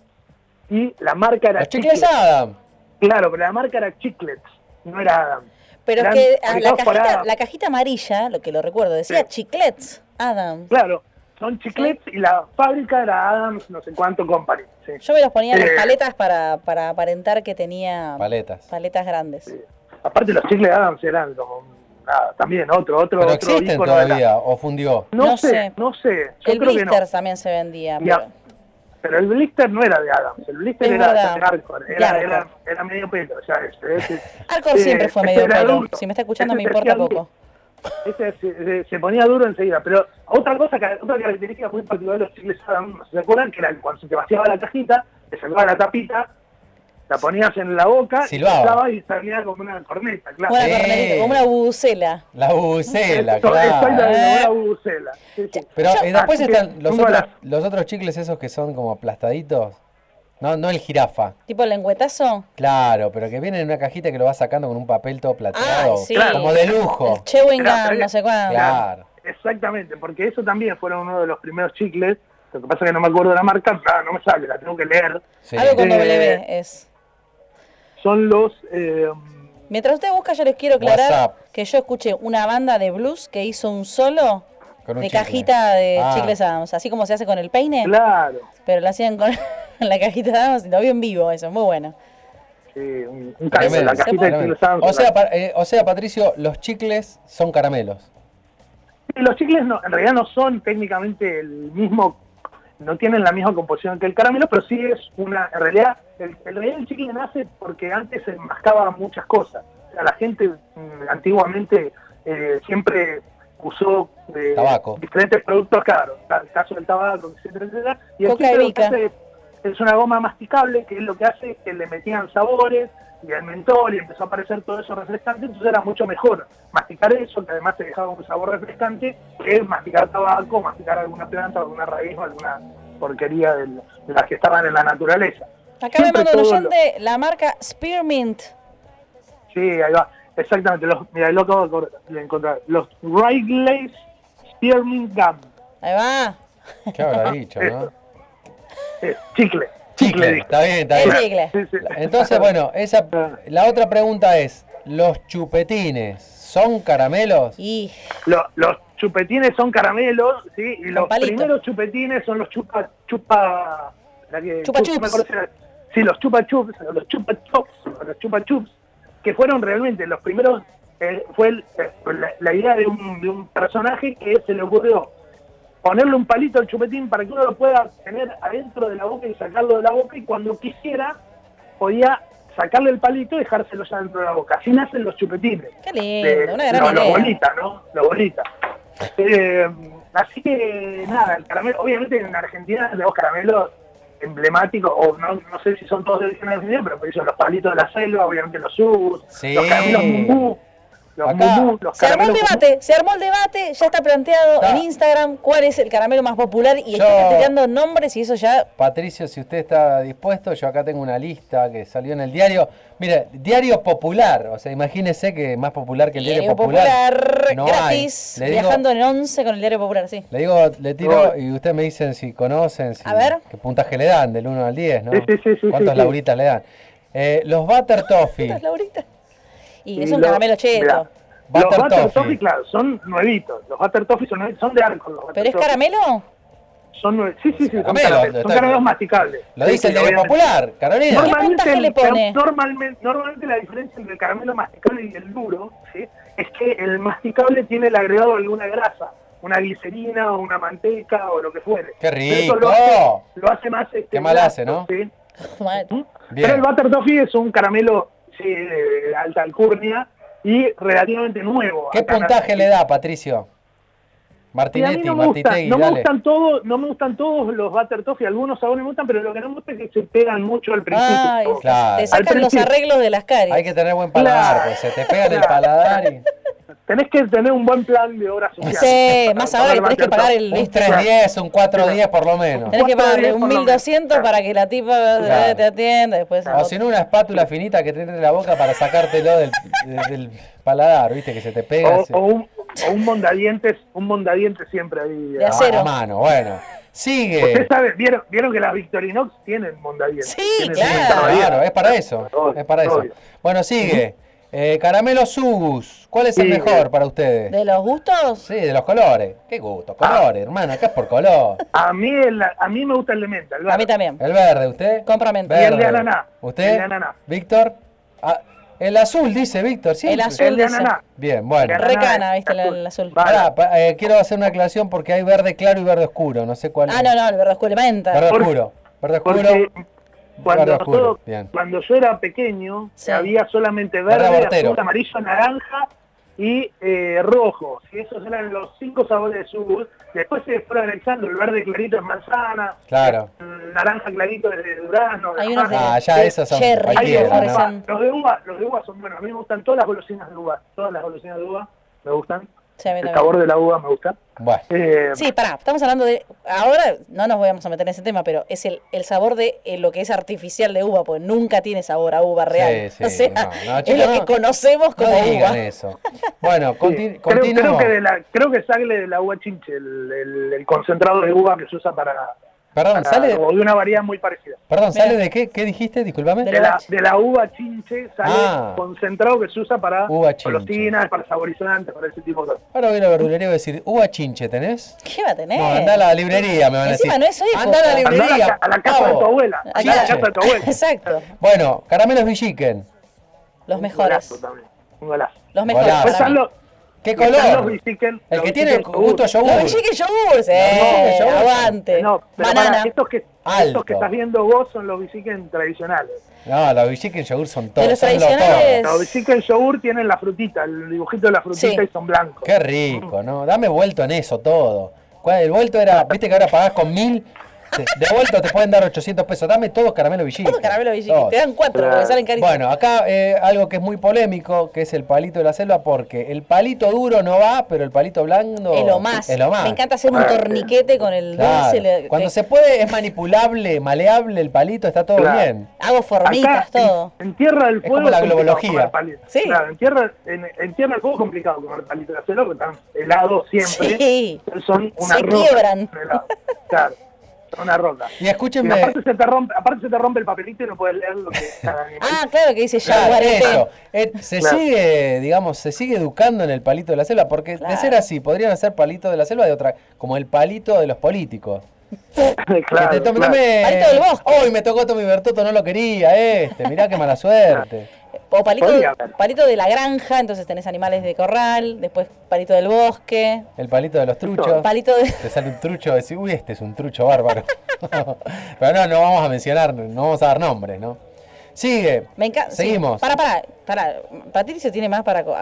Speaker 4: y la marca era
Speaker 2: Los chicles Adam.
Speaker 4: Claro, pero la marca era Chiclets, no era Adams.
Speaker 3: Pero es
Speaker 4: eran
Speaker 3: que ah, la
Speaker 4: fabricados por
Speaker 3: cajita,
Speaker 4: Adam.
Speaker 3: la cajita amarilla, lo que lo recuerdo, decía
Speaker 4: Sí.
Speaker 3: chiclets, Adam.
Speaker 4: Claro, son chiclets y la fábrica era Adams, no sé cuánto company. sí.
Speaker 3: Yo me los ponía en las
Speaker 4: Eh.
Speaker 3: paletas para, para aparentar que tenía
Speaker 2: Paletas.
Speaker 3: paletas grandes.
Speaker 4: Aparte los chicles Adams eran como nada, también otro, otro,
Speaker 2: Pero
Speaker 4: otro
Speaker 2: existen
Speaker 4: ícono de la-
Speaker 2: todavía. O fundió.
Speaker 4: No,
Speaker 3: No
Speaker 4: sé,
Speaker 3: sé.
Speaker 4: no sé, yo
Speaker 3: el
Speaker 4: creo que no.
Speaker 3: blister también se vendía.
Speaker 4: Y a-
Speaker 3: pero-
Speaker 4: Pero el blister no era de Adams, el blister
Speaker 3: Es
Speaker 4: era
Speaker 3: verdad.
Speaker 4: de Alcor, era,
Speaker 3: De
Speaker 4: era,
Speaker 3: Alcor.
Speaker 4: era medio pelo, o sea, ese, ese-
Speaker 3: Alcor
Speaker 4: eh,
Speaker 3: siempre fue
Speaker 4: ese
Speaker 3: medio
Speaker 4: era
Speaker 3: pelo.
Speaker 4: duro.
Speaker 3: Si me está escuchando,
Speaker 4: Ese
Speaker 3: me
Speaker 4: se
Speaker 3: importa
Speaker 4: hacía
Speaker 3: poco.
Speaker 4: Ese se, se- se ponía duro enseguida, pero otra cosa, que- otra característica muy particular de los chicles Adams, ¿se acuerdan? Que era que cuando se te vaciaba la cajita, te sacaba la tapita, la ponías en la boca,
Speaker 2: Silbaba.
Speaker 4: silbabas y salía como una corneta, claro.
Speaker 3: Una
Speaker 2: Sí.
Speaker 3: cornetita, como una bubucela.
Speaker 2: La bucela,
Speaker 4: Esto- esto es la
Speaker 2: claro.
Speaker 4: de la buena bubucela. Sí, sí.
Speaker 2: Pero eh, después
Speaker 4: Así que,
Speaker 2: están los
Speaker 4: un
Speaker 2: otros,
Speaker 4: golazo.
Speaker 2: los otros chicles esos que son como aplastaditos. No, no el jirafa.
Speaker 3: Tipo el lengüetazo.
Speaker 2: Claro, pero que vienen en una cajita que lo vas sacando con un papel todo plateado.
Speaker 3: sí.
Speaker 2: Como de lujo.
Speaker 3: El chewing
Speaker 4: Era-
Speaker 3: gum, no sé cuándo.
Speaker 2: Claro.
Speaker 4: Exactamente, porque eso también fueron uno de los primeros chicles. Lo que pasa es que no me acuerdo de la marca, claro, no me sale, la tengo que leer.
Speaker 2: Sí.
Speaker 3: Algo con
Speaker 4: Eh,
Speaker 3: W es.
Speaker 4: Son los. eh,
Speaker 3: Mientras usted busca, yo les quiero aclarar
Speaker 2: WhatsApp.
Speaker 3: que yo escuché una banda de blues que hizo un solo
Speaker 2: Con un
Speaker 3: de
Speaker 2: chicle.
Speaker 3: cajita de
Speaker 2: Ah.
Speaker 3: chicles Adams, así como se hace con el peine,
Speaker 4: claro,
Speaker 3: pero lo hacían con la cajita de Adams y lo vi en vivo, eso, muy bueno.
Speaker 4: sí, un, un caramelo, la
Speaker 2: Tremendo.
Speaker 4: cajita de
Speaker 2: Tremendo.
Speaker 4: chicles Adams.
Speaker 2: O sea, pa- eh, o sea, Patricio, los chicles son caramelos.
Speaker 4: Y los chicles no, en realidad no son técnicamente el mismo, no tienen la misma composición que el caramelo, pero sí es una, en realidad, el, en realidad el chicle nace porque antes se enmascaba muchas cosas. O sea, la gente mm, antiguamente eh, siempre usó eh,
Speaker 2: Tabaco.
Speaker 4: diferentes productos caros, el caso del tabaco, etcétera, etcétera. Y el
Speaker 3: Coca
Speaker 4: chicle lo
Speaker 3: Evica.
Speaker 4: que hace es- es una goma masticable que es lo que hace es que le metían sabores y al mentol y empezó a aparecer todo eso refrescante, entonces era mucho mejor masticar eso, que además te dejaba un sabor refrescante, que masticar tabaco, masticar alguna planta, alguna raíz o alguna porquería del- de las que estaban en la naturaleza.
Speaker 3: Acá me
Speaker 4: Siempre
Speaker 3: manda un
Speaker 4: todo
Speaker 3: oyente la marca Spearmint.
Speaker 4: Sí, ahí va. Exactamente, los, mira, lo acabo de acordar- de encontrar. Los Wrigley's Spearmint Gum.
Speaker 3: Ahí va.
Speaker 2: ¿Qué habrá dicho, no?
Speaker 4: Eh, chicle.
Speaker 2: Chicle,
Speaker 4: dije.
Speaker 2: está bien, está
Speaker 3: El
Speaker 2: bien.
Speaker 3: chicle.
Speaker 4: Sí, sí.
Speaker 2: Entonces, bueno, esa, la otra pregunta es, ¿los chupetines son caramelos?
Speaker 3: Y
Speaker 4: Lo- los chupetines son caramelos, ¿sí? Y los
Speaker 3: palito.
Speaker 4: primeros chupetines son los chupa... chupa la que-
Speaker 3: Chupa chups.
Speaker 4: me acuerdo si era- Sí, los chupa chups, o los chupa chups, o los chupa chups, que fueron realmente los primeros... eh, fue el- eh, la, la idea de un, de un personaje que se le ocurrió ponerle un palito al chupetín para que uno lo pueda tener adentro de la boca y sacarlo de la boca y cuando quisiera podía sacarle el palito y dejárselo ya dentro de la boca. Así nacen los chupetines
Speaker 3: qué
Speaker 4: de-
Speaker 3: lindo, una gran
Speaker 4: no, Lo
Speaker 3: idea.
Speaker 4: bonita, ¿no? Lo bonita. Eh, así que nada, el caramelo, obviamente en Argentina tenemos caramelos emblemáticos, o no, no sé si son todos de origen argentino, pero por eso los palitos de la selva, obviamente los subs,
Speaker 2: Sí.
Speaker 4: los caramelos mumú, los
Speaker 2: Acá.
Speaker 4: mumú, los
Speaker 3: Se armó el
Speaker 4: caramelos mumú.
Speaker 3: debate, se armó el debate, ya está planteado
Speaker 2: Está.
Speaker 3: en Instagram cuál es el caramelo más popular y
Speaker 2: Yo-
Speaker 3: está tirando nombres y eso ya
Speaker 2: Patricio, si usted está dispuesto, yo acá tengo una lista que salió en el diario. Mire, diario popular, o sea, imagínese que más popular que el diario,
Speaker 3: Diario
Speaker 2: popular.
Speaker 3: eh, Popular,
Speaker 2: no hay.
Speaker 3: gratis,
Speaker 2: Le digo-
Speaker 3: viajando en 11 con el Diario Popular, sí.
Speaker 2: Le digo, le tiro y ustedes me dicen si conocen, si,
Speaker 3: A ver.
Speaker 2: qué puntaje le dan, del 1 al 10, ¿no?
Speaker 4: Sí, sí, sí, sí,
Speaker 2: ¿Cuántos
Speaker 4: sí, sí.
Speaker 2: lauritas le dan? Eh, los Butter Toffee.
Speaker 3: Estás, Laurita. Y
Speaker 4: Y
Speaker 3: es un
Speaker 4: lo-
Speaker 3: caramelo cheto.
Speaker 4: mirá, los
Speaker 2: Butter
Speaker 4: butter toffee.
Speaker 2: toffee,
Speaker 4: claro, son nuevitos. Los butter toffee son, nuevitos, son de arco. los butter
Speaker 3: ¿Pero es
Speaker 4: toffee.
Speaker 3: caramelo?
Speaker 4: Son nue- sí, sí, sí, son
Speaker 2: Caramelo,
Speaker 4: caramelos, son
Speaker 2: está-
Speaker 4: caramelos masticables.
Speaker 2: Lo
Speaker 4: Sí,
Speaker 2: dice el
Speaker 4: sí,
Speaker 2: diario
Speaker 4: obviamente.
Speaker 2: popular, Carolina.
Speaker 3: Normal. puntaje
Speaker 4: el-
Speaker 3: le pone?
Speaker 4: normalmente, normalmente la diferencia entre el caramelo masticable y el duro ¿sí? es que el masticable tiene el agregado de alguna grasa, una glicerina o una manteca o lo que fuere.
Speaker 2: ¡Qué
Speaker 4: Pero eso
Speaker 2: rico!
Speaker 4: Lo hace, lo hace más... Este,
Speaker 2: Qué mal hace, ¿no?
Speaker 4: ¿sí?
Speaker 3: Mal.
Speaker 4: ¿Mm?
Speaker 2: Bien.
Speaker 4: Pero el butter toffee es un caramelo sí, de alta alcurnia y relativamente nuevo.
Speaker 2: ¿Qué
Speaker 4: Acá en
Speaker 2: puntaje le da, Patricio?
Speaker 4: Sí, a mí
Speaker 2: Martinetti,
Speaker 4: no me
Speaker 2: Martitegui,
Speaker 4: gustan, no me
Speaker 2: dale.
Speaker 4: gustan todos, no me gustan todos los butter toffee, algunos sabores me gustan, pero lo que no me gusta es que se pegan mucho al principio.
Speaker 3: Ay,
Speaker 2: Claro.
Speaker 3: te
Speaker 4: Al
Speaker 3: sacan los
Speaker 4: principio.
Speaker 3: arreglos de las caries.
Speaker 2: Hay que tener buen paladar,
Speaker 4: Claro.
Speaker 2: pues se te pega en el
Speaker 4: Claro.
Speaker 2: paladar y...
Speaker 4: Tenés que tener un buen plan de obra social.
Speaker 3: Sí,
Speaker 4: Para
Speaker 3: más
Speaker 4: tomar
Speaker 3: ahora que tenés que
Speaker 4: Butter
Speaker 3: pagar
Speaker 4: Toffee.
Speaker 3: el...
Speaker 2: Un
Speaker 3: ¿viste?
Speaker 2: 3-10, un 4-10 por lo menos.
Speaker 3: Tenés que
Speaker 4: cuatro
Speaker 3: pagarle
Speaker 4: días
Speaker 3: un
Speaker 4: por lo menos.
Speaker 3: 1200 para que la tipa eh,
Speaker 2: Claro.
Speaker 3: te atienda después.
Speaker 2: O si no, una espátula finita que te entre en la boca para sacártelo del, de- del paladar, ¿viste? Que se te pega.
Speaker 4: O,
Speaker 2: se-
Speaker 4: o un, o un mondadientes, un mondadientes siempre ahí.
Speaker 3: De
Speaker 2: Ah,
Speaker 3: acero.
Speaker 2: la mano, bueno. Sigue.
Speaker 4: Ustedes saben, vieron, vieron que las Victorinox tienen mondadientes.
Speaker 3: Sí,
Speaker 4: Tienen
Speaker 3: claro.
Speaker 4: un
Speaker 2: Claro,
Speaker 4: mondadientes.
Speaker 2: es para eso.
Speaker 4: Obvio,
Speaker 2: Es para eso.
Speaker 4: obvio.
Speaker 2: Bueno, sigue. Eh, caramelo Sugus. ¿Cuál es el
Speaker 4: Sí.
Speaker 2: mejor para ustedes?
Speaker 3: ¿De los gustos?
Speaker 2: Sí, de los colores. Qué gusto. Colores, hermana. Acá es por color.
Speaker 4: A mí, el- a mí me gusta el de menta. el
Speaker 3: A mí
Speaker 4: verde.
Speaker 3: también.
Speaker 2: El verde, ¿usted?
Speaker 3: Compromento.
Speaker 2: Verde.
Speaker 4: Y el de ananá.
Speaker 2: ¿Usted?
Speaker 4: El de ananá.
Speaker 2: ¿Víctor? Ah, el azul, dice Víctor, sí.
Speaker 3: El azul.
Speaker 4: El de
Speaker 3: dice.
Speaker 4: ananá.
Speaker 2: Bien, bueno.
Speaker 4: El de ananá
Speaker 3: Recana,
Speaker 4: es
Speaker 3: viste, la- el azul.
Speaker 4: Vale.
Speaker 2: Pará, pa- eh, quiero hacer una aclaración porque hay verde claro y verde oscuro. No sé cuál
Speaker 3: Ah,
Speaker 2: es.
Speaker 3: no, no, el verde oscuro, el menta.
Speaker 2: Verde
Speaker 4: Por-
Speaker 2: oscuro. Verde oscuro.
Speaker 4: Porque
Speaker 2: Verde
Speaker 4: cuando,
Speaker 2: oscuro,
Speaker 4: todo-
Speaker 2: bien.
Speaker 4: cuando yo era pequeño,
Speaker 3: Sí.
Speaker 4: había solamente
Speaker 2: Verde
Speaker 4: verde,
Speaker 2: mortero.
Speaker 4: azul, amarillo, naranja y eh, rojo. Y esos eran los cinco sabores de yogur. Después se fueron anexando el verde clarito es manzana,
Speaker 2: Claro.
Speaker 4: el naranja clarito es de durazno. de
Speaker 3: Hay unos de-
Speaker 4: mango.
Speaker 2: Ah, ya esos son
Speaker 3: Cherry,
Speaker 4: Hay de
Speaker 3: Cualquiera,
Speaker 2: cualquiera, ¿no?
Speaker 3: ofrecen.
Speaker 4: uva. Los de uva, los de uva son buenos. A mí me gustan todas las golosinas de uva. Todas las golosinas de uva me gustan.
Speaker 3: Sí, a mí
Speaker 4: El
Speaker 3: también.
Speaker 4: sabor de la uva me gusta.
Speaker 2: Bueno,
Speaker 4: Eh,
Speaker 3: Sí, pará, estamos hablando de. Ahora no nos vamos a meter en ese tema, pero es el, el sabor de eh, lo que es artificial de uva, porque nunca tiene sabor a uva real.
Speaker 2: sí,
Speaker 3: o sea,
Speaker 2: no, no,
Speaker 3: es lo
Speaker 2: chicos,
Speaker 3: que conocemos como
Speaker 2: no digan
Speaker 3: uva.
Speaker 2: eso. Bueno,
Speaker 4: Sí,
Speaker 2: continu-
Speaker 4: creo, creo
Speaker 2: continuemos.
Speaker 4: que de la, creo que sale de la uva chinche, el, el- el concentrado de uva que se usa para,
Speaker 2: Perdón,
Speaker 4: para-
Speaker 2: sale de,
Speaker 4: o de una variedad muy parecida.
Speaker 2: perdón, ¿sale de qué? ¿Qué dijiste? Disculpame.
Speaker 3: De
Speaker 4: De la,
Speaker 3: uva chinche.
Speaker 4: de la uva chinche sale
Speaker 2: Ah.
Speaker 4: concentrado que se usa para
Speaker 2: Uva chinche.
Speaker 4: golosinas, para saborizantes, para ese tipo de cosas.
Speaker 2: Ahora voy a la verdulería y voy a decir, uva chinche, ¿tenés?
Speaker 3: ¿Qué va a tener?
Speaker 2: No, andá a la librería, me van a decir.
Speaker 3: Eh. Encima no es hoy,
Speaker 2: Andá a la
Speaker 3: Jota.
Speaker 4: Andá a la,
Speaker 2: librería.
Speaker 4: ca- a la casa de tu
Speaker 2: pavo.
Speaker 4: abuela.
Speaker 3: Acá.
Speaker 4: andá a la casa de tu abuela.
Speaker 3: Exacto,
Speaker 2: Bueno, caramelos Villiquen.
Speaker 3: los
Speaker 4: Un
Speaker 3: mejores.
Speaker 4: golazo también, Un golazo.
Speaker 3: Los mejores.
Speaker 2: Golazo.
Speaker 3: para
Speaker 4: Están
Speaker 3: mí.
Speaker 4: los-
Speaker 2: ¿Qué
Speaker 4: están los
Speaker 2: color?
Speaker 4: Bichiquen-
Speaker 2: El
Speaker 4: los
Speaker 2: que tiene
Speaker 4: Bichiquen
Speaker 2: gusto
Speaker 4: yogur.
Speaker 2: yogur.
Speaker 3: Los Villiquen Yogures, eh,
Speaker 2: Villiquen Yogures.
Speaker 3: aguante.
Speaker 4: No, pero
Speaker 3: Banana.
Speaker 4: para, estos que,
Speaker 2: Alto.
Speaker 4: estos que estás viendo vos son los biciquen tradicionales.
Speaker 2: No, los Villiquen yogur son todos.
Speaker 3: De los
Speaker 2: son lo
Speaker 3: tradicionales.
Speaker 2: todo.
Speaker 4: Los biciquen yogur tienen la frutita, el dibujito de la frutita
Speaker 3: Sí.
Speaker 4: y son blancos.
Speaker 2: Qué rico, ¿no? Dame vuelto en eso todo. ¿Cuál- El vuelto era, viste que ahora pagás con mil. te- De vuelto te pueden dar 800 pesos. Dame todos caramelos Villiquen.
Speaker 3: Todos caramelos Villiquen,
Speaker 2: Todos.
Speaker 3: te dan cuatro porque salen carísimos.
Speaker 2: Bueno, acá eh, algo que es muy polémico, que es el palito de la selva, porque el palito duro no va, pero el palito blando
Speaker 3: es lo más.
Speaker 2: Es lo más.
Speaker 3: Me encanta hacer un torniquete con el
Speaker 2: Claro.
Speaker 3: dulce. le-
Speaker 2: Cuando
Speaker 3: que-
Speaker 2: se puede, es manipulable, maleable el palito, está todo
Speaker 4: Claro.
Speaker 2: bien.
Speaker 3: Hago formitas,
Speaker 4: Acá, en-
Speaker 3: todo.
Speaker 4: En, Tierra del
Speaker 2: Es
Speaker 4: Fuego.
Speaker 2: como la
Speaker 4: complicado
Speaker 2: globología.
Speaker 4: comer palito.
Speaker 3: Sí.
Speaker 4: Claro, en Tierra, en, en Tierra del Fuego es complicado comer palitos de acero porque están helados siempre.
Speaker 3: Sí.
Speaker 4: Son una
Speaker 3: Se
Speaker 4: roca,
Speaker 3: quiebran.
Speaker 4: son helados. Claro, son una roca.
Speaker 2: Y
Speaker 4: Y
Speaker 2: escúchenme.
Speaker 4: aparte se, te rompe, aparte se te rompe el papelito y no puedes leer lo que está en el-
Speaker 3: Ah, claro que dice
Speaker 2: Claro,
Speaker 3: yaguarete.
Speaker 2: eso. Eh, se
Speaker 4: Claro.
Speaker 2: sigue, digamos, se sigue educando en el palito de la selva, porque
Speaker 3: Claro.
Speaker 2: de ser así, podrían hacer palito de la selva de otra, como el palito de los políticos.
Speaker 4: claro,
Speaker 2: Que te tomen,
Speaker 4: claro.
Speaker 2: dame-
Speaker 3: Palito del bosque.
Speaker 2: Hoy me tocó Tommy Bertotto, no lo quería este, mirá qué mala suerte.
Speaker 3: O palito,
Speaker 4: Podría haber.
Speaker 3: palito de la granja, entonces tenés animales de corral, después palito del bosque,
Speaker 2: El palito de los truchos.
Speaker 3: palito de...
Speaker 2: Te sale un trucho, decís, uy, este es un trucho bárbaro. Pero no, no vamos a mencionar, no vamos a dar nombres, ¿no? Sigue.
Speaker 3: Me encanta.
Speaker 2: Seguimos.
Speaker 3: Para, para, para. Patricio tiene más para, co-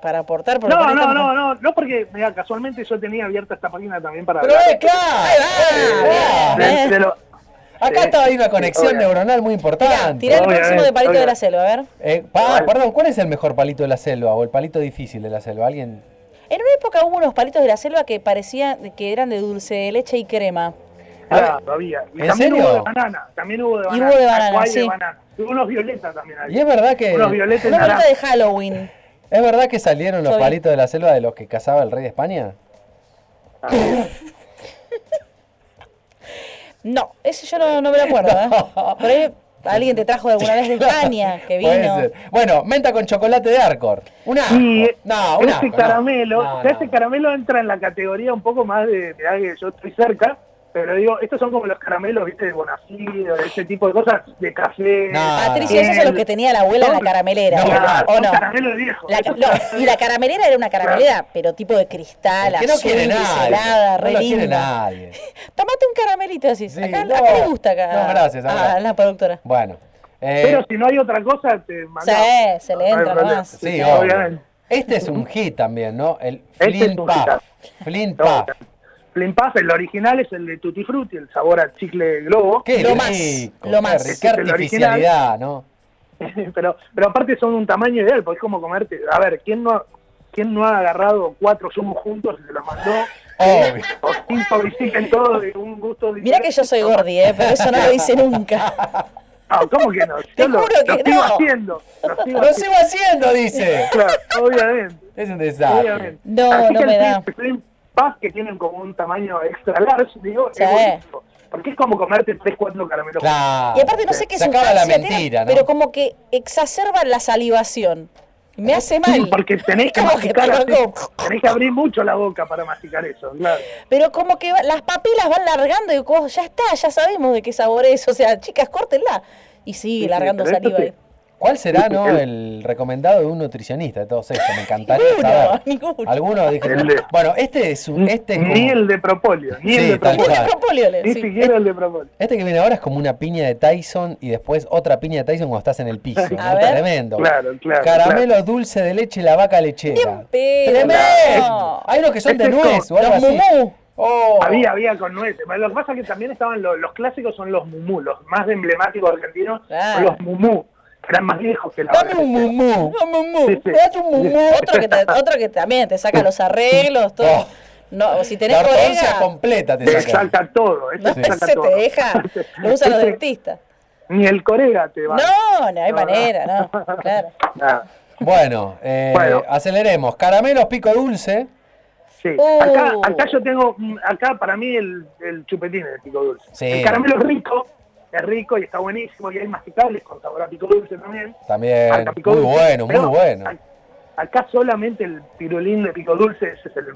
Speaker 3: para aportar. porque
Speaker 4: No,
Speaker 3: por
Speaker 4: no,
Speaker 3: ejemplo-
Speaker 4: no, no, no porque mira, casualmente yo tenía abierta esta página también para
Speaker 2: Pero
Speaker 4: hablar
Speaker 2: es claro.
Speaker 3: va,
Speaker 2: Eh,
Speaker 4: de-
Speaker 3: bien.
Speaker 4: de lo-
Speaker 2: Acá
Speaker 4: Sí,
Speaker 2: está ahí una
Speaker 4: sí,
Speaker 2: conexión
Speaker 4: obvio.
Speaker 2: neuronal muy importante.
Speaker 3: Tirá el
Speaker 4: Obviamente,
Speaker 3: próximo de palito de la
Speaker 4: obviamente.
Speaker 3: selva, a ver.
Speaker 2: Eh, pa-
Speaker 4: Vale.
Speaker 2: Perdón, ¿cuál es el mejor palito de la selva o el palito difícil de la selva? ¿Alguien?
Speaker 3: En una época hubo unos palitos de la selva que parecían que eran de dulce de leche y crema.
Speaker 4: Claro, había. Y
Speaker 2: ¿En
Speaker 4: también
Speaker 2: serio?
Speaker 4: hubo de banana, también hubo de
Speaker 3: Y
Speaker 4: banana.
Speaker 3: hubo de banana,
Speaker 4: acuay
Speaker 3: sí.
Speaker 4: banana. Y unos violetas también
Speaker 2: Y
Speaker 4: había.
Speaker 2: es verdad que
Speaker 4: Unos violetas y
Speaker 3: Una palita
Speaker 4: naranja.
Speaker 3: de Halloween.
Speaker 2: es verdad que salieron los
Speaker 3: Soy-
Speaker 2: palitos de la selva de los que cazaba el rey de España.
Speaker 3: No, ese yo no, no me lo acuerdo. ¿eh? Por ahí alguien te trajo de alguna vez de España que
Speaker 2: Puede
Speaker 3: vino.
Speaker 2: ser. Bueno, menta con chocolate de Arcor. Un asco.
Speaker 4: Y
Speaker 2: no, un
Speaker 4: ese
Speaker 2: asco, no.
Speaker 4: caramelo,
Speaker 2: No,
Speaker 4: ya
Speaker 2: no,
Speaker 4: ese
Speaker 2: no.
Speaker 4: caramelo entra en la categoría un poco más de, mirá que yo estoy cerca, pero digo, estos son como los caramelos, viste, de bonacido, de ese tipo de cosas, de café.
Speaker 2: No,
Speaker 3: Patricio, esos son los que tenía la abuela en la caramelera.
Speaker 4: Claro,
Speaker 3: ¿O
Speaker 4: son
Speaker 3: no?
Speaker 4: caramelos viejos.
Speaker 3: La-
Speaker 4: Esos
Speaker 3: no,
Speaker 4: caramelos
Speaker 3: y la caramelera era una caramelera, pero tipo de cristal,
Speaker 2: Que
Speaker 3: azul,
Speaker 2: no quiere nadie.
Speaker 3: biselada,
Speaker 2: no
Speaker 3: re
Speaker 2: lo quiere
Speaker 3: linda.
Speaker 2: nadie.
Speaker 3: Tomate un caramelito así.
Speaker 2: Sí,
Speaker 3: acá,
Speaker 2: no.
Speaker 3: acá le gusta acá.
Speaker 2: No, gracias,
Speaker 3: Ah,
Speaker 2: ahora.
Speaker 3: la productora.
Speaker 2: Bueno. eh,
Speaker 4: Pero si no hay otra cosa, te mandamos.
Speaker 3: Sí, se le
Speaker 4: No hay
Speaker 3: entra
Speaker 4: problema.
Speaker 3: nomás.
Speaker 2: Sí,
Speaker 4: sí,
Speaker 2: obvio.
Speaker 4: obviamente.
Speaker 2: Este es un hit también, ¿no? El
Speaker 4: Este es
Speaker 2: Flint
Speaker 4: un
Speaker 2: Puff.
Speaker 4: hitazo.
Speaker 2: Flint
Speaker 4: No,
Speaker 2: Puff.
Speaker 4: Flim Puff, el original es el de Tutti Frutti, el sabor a chicle globo.
Speaker 2: Qué
Speaker 3: Lo
Speaker 2: rico,
Speaker 3: más, lo
Speaker 2: qué
Speaker 3: más.
Speaker 2: rico,
Speaker 4: Este
Speaker 2: Qué
Speaker 4: es el
Speaker 2: artificialidad, ¿no?
Speaker 4: pero, pero aparte son un tamaño ideal, porque es como comerte. A ver, ¿quién no ha, quién no ha agarrado cuatro zumos juntos y se los mandó?
Speaker 2: Obvio.
Speaker 4: O cinco bicicletas todos de un gusto
Speaker 3: Mirá que yo soy gordi, ¿eh? pero eso no lo hice nunca.
Speaker 4: No, Ah, ¿cómo que no?
Speaker 3: Te
Speaker 4: Yo lo,
Speaker 3: juro que
Speaker 4: lo sigo
Speaker 3: no.
Speaker 4: haciendo. Lo sigo
Speaker 2: Lo
Speaker 4: haciendo.
Speaker 2: sigo haciendo, dice.
Speaker 4: Claro, obviamente.
Speaker 2: Es un
Speaker 4: obviamente.
Speaker 2: desastre.
Speaker 3: No,
Speaker 4: Así
Speaker 3: no
Speaker 4: que
Speaker 3: me
Speaker 4: el
Speaker 3: da.
Speaker 4: Flim- Flim Puff, que tienen como un tamaño extra large, digo,
Speaker 3: Sí.
Speaker 4: es buenísimo. Porque es como comerte tres, cuatro caramelos.
Speaker 2: Claro.
Speaker 3: Y aparte no sé qué
Speaker 2: Se acaba la
Speaker 3: sustancia tiene,
Speaker 2: mentira, ¿no?
Speaker 3: ¿eh? pero como que exacerba la salivación.
Speaker 2: Eh,
Speaker 3: Me hace mal.
Speaker 4: Sí, porque tenés
Speaker 3: Es
Speaker 4: que
Speaker 3: como que
Speaker 4: masticar
Speaker 3: te
Speaker 4: así.
Speaker 3: lo-
Speaker 4: Tenés que abrir mucho la boca para masticar eso, claro.
Speaker 3: Pero como que va- las papilas van largando y "Oh, como, ya está, ya sabemos de qué sabor es. O sea, chicas, córtenla. Y sigue
Speaker 4: Sí, sí,
Speaker 3: largando
Speaker 4: pero esto
Speaker 3: saliva. eh.
Speaker 4: te-
Speaker 3: ahí.
Speaker 2: ¿Cuál será no, el recomendado de un nutricionista de todos estos? Me encantaría
Speaker 3: Ninguno,
Speaker 2: saber.
Speaker 3: ninguno.
Speaker 2: Alguno dijo,
Speaker 4: El de-
Speaker 2: bueno, este es un, este es
Speaker 4: Ni
Speaker 2: como-
Speaker 4: el de Propolio, ni
Speaker 2: Sí,
Speaker 4: el de
Speaker 2: tal
Speaker 4: Propolio.
Speaker 2: cual.
Speaker 3: Propolioles,
Speaker 4: Ni
Speaker 3: sí.
Speaker 4: siquiera el de Propolio.
Speaker 2: Este que viene ahora es como una piña de Tyson y después otra piña de Tyson cuando estás en el piso. ¿no?
Speaker 3: A ver.
Speaker 2: Tremendo.
Speaker 4: Claro, claro.
Speaker 2: Caramelo dulce de leche la vaca lechera.
Speaker 3: Bien pedo.
Speaker 2: ¡Tremendo!
Speaker 3: No.
Speaker 2: Hay unos que son de
Speaker 4: Este es
Speaker 2: nuez o
Speaker 4: como-
Speaker 2: algo
Speaker 3: los
Speaker 2: así.
Speaker 3: mumú.
Speaker 2: Oh.
Speaker 4: claro. Había, había con nueces. Lo que pasa es que también estaban los, los clásicos, son los mumú, los más emblemáticos argentinos, son
Speaker 3: Claro.
Speaker 4: los mumú, que eran más viejos que la
Speaker 2: Dame
Speaker 4: vaca
Speaker 2: un
Speaker 4: lechera.
Speaker 2: mumú.
Speaker 3: No, mumú.
Speaker 4: Sí, Oh. sí.
Speaker 3: Date un mumú. Otro que, te- otro que también te saca los arreglos, todo.
Speaker 2: Oh.
Speaker 3: No, si tenés
Speaker 2: La ortodoncia
Speaker 3: colega,
Speaker 2: completa te
Speaker 4: Te
Speaker 2: saca.
Speaker 4: salta todo, este
Speaker 3: no,
Speaker 4: te salta
Speaker 3: ese
Speaker 4: todo.
Speaker 3: te deja, lo usan los
Speaker 4: Ese-
Speaker 3: dentistas.
Speaker 4: Ni el Corega te va. Ah,
Speaker 3: No, no hay
Speaker 4: No,
Speaker 3: manera,
Speaker 4: no.
Speaker 3: no. Claro.
Speaker 4: Nada.
Speaker 2: Bueno, eh,
Speaker 4: Bueno.
Speaker 2: aceleremos. Caramelos pico dulce.
Speaker 4: Sí.
Speaker 3: Uh.
Speaker 4: Acá, acá yo tengo, mm, acá para mí el, el chupetín es el pico dulce.
Speaker 2: Sí.
Speaker 4: El caramelo es rico, es rico y está buenísimo y hay masticables con sabor a pico dulce también.
Speaker 2: También.
Speaker 4: Acá pico
Speaker 2: Muy
Speaker 4: dulce,
Speaker 2: bueno, muy
Speaker 4: pero
Speaker 2: bueno.
Speaker 4: a- Acá solamente el pirulín de pico dulce, ese es el...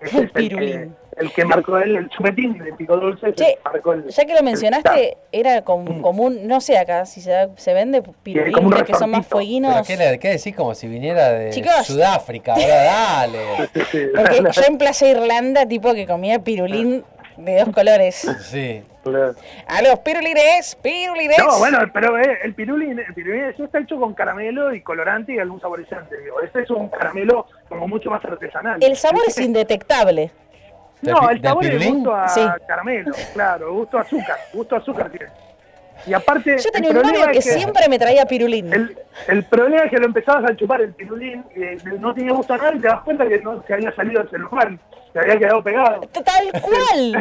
Speaker 4: ese
Speaker 3: El
Speaker 4: es
Speaker 3: pirulín.
Speaker 4: Que, el que marcó él, el chupetín de pico dulce. ese
Speaker 3: Che,
Speaker 4: marcó el-
Speaker 3: Ya que lo
Speaker 4: el-
Speaker 3: mencionaste, era com- común, no sé acá si se, da- se vende
Speaker 4: Mm. como un
Speaker 3: pirulines que son más
Speaker 4: resortito.
Speaker 3: fueguinos.
Speaker 2: ¿Pero qué, le- qué decís como si viniera de
Speaker 3: Chicos.
Speaker 2: Sudáfrica? Ahora dale.
Speaker 4: Sí, sí.
Speaker 3: Porque yo en Playa Irlanda, tipo que comía pirulín de dos colores.
Speaker 2: Sí.
Speaker 3: A los pirulines, pirulines.
Speaker 4: No, bueno, pero eh, el pirulín, el pirulín ese está hecho con caramelo y colorante y algún saborizante. Digo. Este es un caramelo como mucho más artesanal.
Speaker 3: El sabor es indetectable.
Speaker 2: ¿Del
Speaker 4: No,
Speaker 2: pi-
Speaker 4: el
Speaker 2: del
Speaker 4: sabor es
Speaker 2: pirulín?
Speaker 4: gusto a
Speaker 3: Sí.
Speaker 4: caramelo, claro, gusto a azúcar, gusto a azúcar tiene. Y aparte,
Speaker 3: Yo
Speaker 4: el
Speaker 3: tenía un novio
Speaker 4: problema
Speaker 3: que,
Speaker 4: es
Speaker 3: siempre me traía pirulín.
Speaker 4: El, el problema es que lo empezabas a chupar el pirulín, eh, no tenía gusto a nada y te das cuenta que no se había salido del celular, se había quedado pegado.
Speaker 3: Tal cual.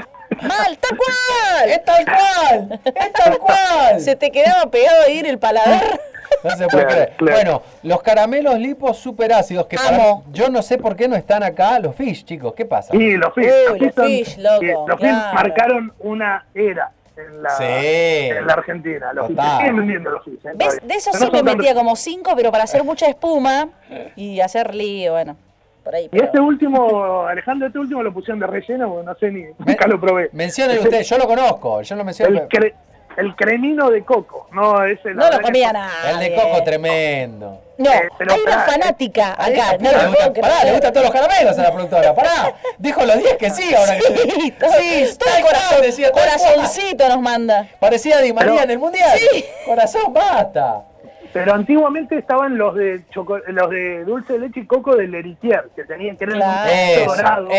Speaker 3: Mal, tal cual.
Speaker 2: ¡Es tal cual! ¡Es tal cual!
Speaker 3: Se te quedaba pegado ahí en el paladar.
Speaker 2: No se puede
Speaker 4: Claro,
Speaker 2: creer.
Speaker 4: claro.
Speaker 2: Bueno, los caramelos lipos superácidos que para-
Speaker 3: Amo.
Speaker 2: yo no sé por qué no están acá los fish, chicos. ¿Qué pasa?
Speaker 4: Y los fish,
Speaker 3: Uy,
Speaker 4: los fish,
Speaker 3: los
Speaker 4: son-
Speaker 3: Fish, loco,
Speaker 4: eh, los Fish
Speaker 3: claro.
Speaker 4: marcaron una era en la,
Speaker 2: Sí.
Speaker 4: en la Argentina. Los fish,
Speaker 2: Total.
Speaker 4: siguen vendiendo los fish. eh,
Speaker 3: ¿Ves?
Speaker 4: todavía.
Speaker 3: De esos
Speaker 4: Pero
Speaker 3: sí
Speaker 4: no
Speaker 3: me
Speaker 4: son tan-
Speaker 3: metía como cinco, pero para hacer mucha espuma y hacer lío, bueno. Por ahí.
Speaker 4: Y este
Speaker 3: pero-
Speaker 4: último, Alejandro, este último lo pusieron de relleno, porque no sé ni,
Speaker 2: Men-
Speaker 4: nunca lo probé.
Speaker 2: Mencionen ustedes, yo lo conozco, yo lo menciono.
Speaker 4: El, cre- el cremino de coco, no ese la
Speaker 3: No
Speaker 4: verdad
Speaker 3: lo
Speaker 4: que-
Speaker 3: comía nada.
Speaker 2: pero- el de coco tremendo.
Speaker 3: No,
Speaker 4: Eh, pero
Speaker 3: hay una
Speaker 4: pará,
Speaker 3: fanática
Speaker 2: A esta
Speaker 3: acá. No
Speaker 2: puta le
Speaker 3: lo puedo
Speaker 2: gusta- Pará, le
Speaker 3: creer.
Speaker 2: gustan todos los caramelos a la productora, pará. Dijo los 10 que sí ahora que
Speaker 3: Sí, todo, todo
Speaker 2: tal cual,
Speaker 3: corazón-
Speaker 2: decía, tal
Speaker 3: corazoncito nos manda.
Speaker 2: Parecía Di María
Speaker 4: Pero-
Speaker 2: en el mundial.
Speaker 3: Sí.
Speaker 2: Corazón, basta.
Speaker 4: Pero antiguamente estaban los de choco- los de dulce de leche y coco del Leritier, que tenían que tener
Speaker 3: Claro.
Speaker 2: Eso,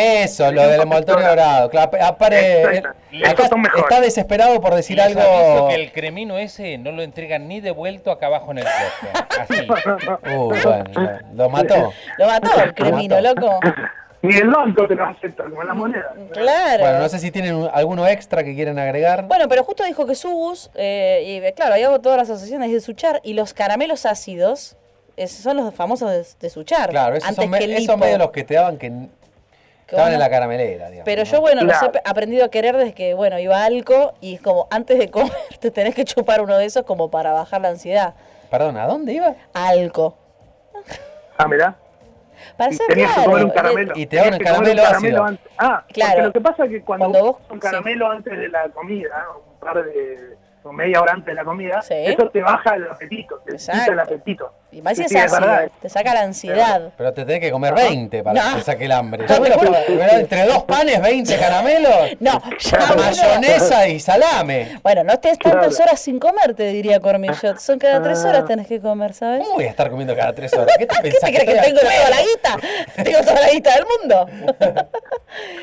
Speaker 2: eso, lo del envoltorio dorado. Claro, apare-
Speaker 4: Exacto.
Speaker 2: eh, acá
Speaker 4: Esos son mejores.
Speaker 2: está desesperado por decir
Speaker 5: Les aviso
Speaker 2: algo.
Speaker 5: que el cremino ese no lo entregan ni devuelto acá abajo en el puesto. Así.
Speaker 2: Uy, Uh, bueno, lo- lo mató.
Speaker 3: Lo mató el cremino,
Speaker 2: mató.
Speaker 3: loco.
Speaker 4: Ni el banco te lo acepta, como la moneda.
Speaker 3: Mm. Claro.
Speaker 2: Bueno, no sé si tienen un- alguno extra que quieren agregar.
Speaker 3: Bueno, pero justo dijo que Subus, eh, y claro, ahí hago todas las asociaciones de Suchar, y los caramelos ácidos es- son los famosos de, de Suchar.
Speaker 2: claro, esos
Speaker 3: antes
Speaker 2: son, me-
Speaker 3: que el
Speaker 2: esos
Speaker 3: hipo.
Speaker 2: medio los que te daban que n-
Speaker 3: Que
Speaker 2: estaban
Speaker 3: bueno,
Speaker 2: en la caramelera. digamos,
Speaker 3: Pero
Speaker 2: ¿no?
Speaker 3: yo, bueno, los
Speaker 4: Claro.
Speaker 3: he pe- aprendido a querer desde que, bueno, iba a Alco, y es como antes de comer te tenés que chupar uno de esos como para bajar la ansiedad.
Speaker 2: Perdón, ¿a dónde iba?
Speaker 3: Alco.
Speaker 4: Ah, mirá.
Speaker 3: Para
Speaker 4: Y
Speaker 3: ser
Speaker 4: tenías que
Speaker 3: claro, eh,
Speaker 4: comer un
Speaker 3: de-
Speaker 4: caramelo.
Speaker 2: Y te daban
Speaker 4: Tenías
Speaker 2: el
Speaker 4: que comer un
Speaker 2: caramelo ácido.
Speaker 4: antes. Ah,
Speaker 3: Claro.
Speaker 4: porque lo que pasa es que cuando,
Speaker 3: Cuando
Speaker 4: vos
Speaker 3: vos-
Speaker 4: un caramelo antes de la comida, un par de o media hora antes de la comida,
Speaker 3: Sí.
Speaker 4: eso te baja el apetito, te quita
Speaker 3: Exacto.
Speaker 4: el apetito.
Speaker 3: Y más si
Speaker 4: Sí,
Speaker 3: es
Speaker 4: sí, es
Speaker 3: ácido,
Speaker 4: verdad.
Speaker 3: te saca la ansiedad.
Speaker 2: Pero te tenés que comer 20 para
Speaker 3: No.
Speaker 2: que te saque el hambre.
Speaker 3: No,
Speaker 2: Yo me lo-
Speaker 3: recuerdo-
Speaker 2: pero entre dos panes, 20 caramelos,
Speaker 3: No, ya uno-
Speaker 2: mayonesa y salame.
Speaker 3: Bueno, no estés tantas
Speaker 4: Claro. Ah.
Speaker 3: horas sin comer, te diría Cormillot. Son cada tres horas tenés que comer, ¿sabes?
Speaker 2: ¿Cómo voy a estar comiendo cada tres horas? ¿Qué te
Speaker 3: ¿Qué
Speaker 2: pensás?
Speaker 3: te crees que
Speaker 2: estoy
Speaker 3: tengo
Speaker 2: al pedo?
Speaker 3: toda la guita? Tengo toda la guita del mundo.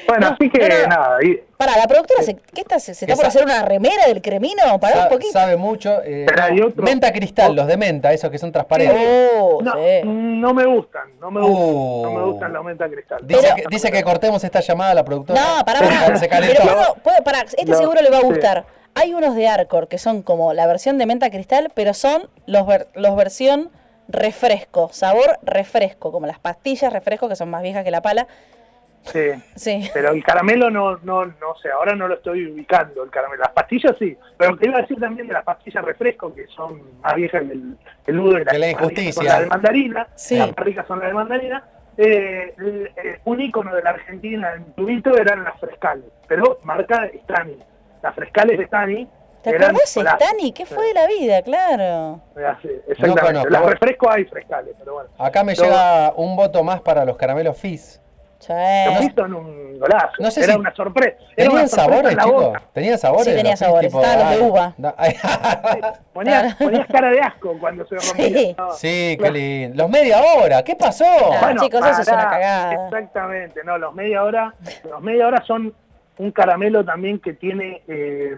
Speaker 4: Bueno,
Speaker 3: No,
Speaker 4: así
Speaker 3: no,
Speaker 4: que
Speaker 3: no.
Speaker 4: nada, y-
Speaker 3: Para, la productora, se, ¿qué está? ¿Se, se está
Speaker 2: Que
Speaker 3: por
Speaker 2: sa-
Speaker 3: hacer una remera del cremino? Pará
Speaker 2: Sa-
Speaker 3: un poquito.
Speaker 2: Sabe mucho. eh,
Speaker 4: Pero hay otro- Oh.
Speaker 2: menta cristal, los de menta, esos que son transparentes.
Speaker 3: Oh,
Speaker 4: no,
Speaker 3: sí.
Speaker 4: no me gustan, no me gustan, no me
Speaker 2: Oh.
Speaker 4: gustan la menta cristal.
Speaker 2: Dice,
Speaker 4: No,
Speaker 2: que,
Speaker 4: no me
Speaker 2: dice que
Speaker 4: gustan.
Speaker 2: cortemos esta llamada a la productora.
Speaker 3: No, pará, pará.
Speaker 2: Se
Speaker 3: Pero
Speaker 2: calentó.
Speaker 3: puedo- puedo- pará, este
Speaker 4: No,
Speaker 3: seguro le va a
Speaker 4: sí.
Speaker 3: gustar. Hay unos de Arcor que son como la versión de menta cristal, pero son los, ver- los versión refresco, sabor refresco, como las pastillas refresco que son más viejas que la pala.
Speaker 4: Sí.
Speaker 3: Sí.
Speaker 4: Pero el caramelo no, no, no sé, ahora no lo estoy ubicando, el caramelo. Las pastillas sí, pero te iba a decir también de las pastillas refresco, que son más viejas que el, que el nudo de
Speaker 2: Que la injusticia.
Speaker 4: Son las de mandarina,
Speaker 3: Sí.
Speaker 4: las más ricas son las de mandarina. Eh, el- eh, un ícono de la Argentina en tubito eran las frescales, pero marca Stani. Las frescales de Stani
Speaker 3: ¿Te
Speaker 4: Gran
Speaker 3: acordás,
Speaker 4: golazo.
Speaker 3: Stani? ¿Qué fue de la vida? Claro.
Speaker 4: Así, exactamente.
Speaker 2: conozco.
Speaker 4: Las refresco hay frescales, pero bueno.
Speaker 2: Acá me
Speaker 4: No,
Speaker 2: llega un voto más para los caramelos Fizz.
Speaker 3: Sí.
Speaker 4: Los Fizz son un golazo.
Speaker 2: Eh, No sé
Speaker 4: era
Speaker 2: si-
Speaker 4: una sorpresa. Era una
Speaker 2: ¿Tenían
Speaker 4: sorpresa
Speaker 2: sabores,
Speaker 4: en la
Speaker 2: chicos?
Speaker 4: boca.
Speaker 2: ¿Tenían sabores?
Speaker 3: Sí, tenía
Speaker 2: los Fizz?
Speaker 3: sabores. Estaban los de
Speaker 2: ay,
Speaker 3: uva.
Speaker 2: da- ay,
Speaker 4: Ponías, ponías cara de asco cuando se rompía.
Speaker 3: Sí.
Speaker 4: No.
Speaker 2: sí, qué
Speaker 4: Claro.
Speaker 2: lindo. Ah, Los media hora, ¿qué pasó?
Speaker 3: Claro. chicos, eso es
Speaker 4: pará.
Speaker 3: una cagada.
Speaker 4: Exactamente, no, los media hora, los media hora son un caramelo también que tiene, eh,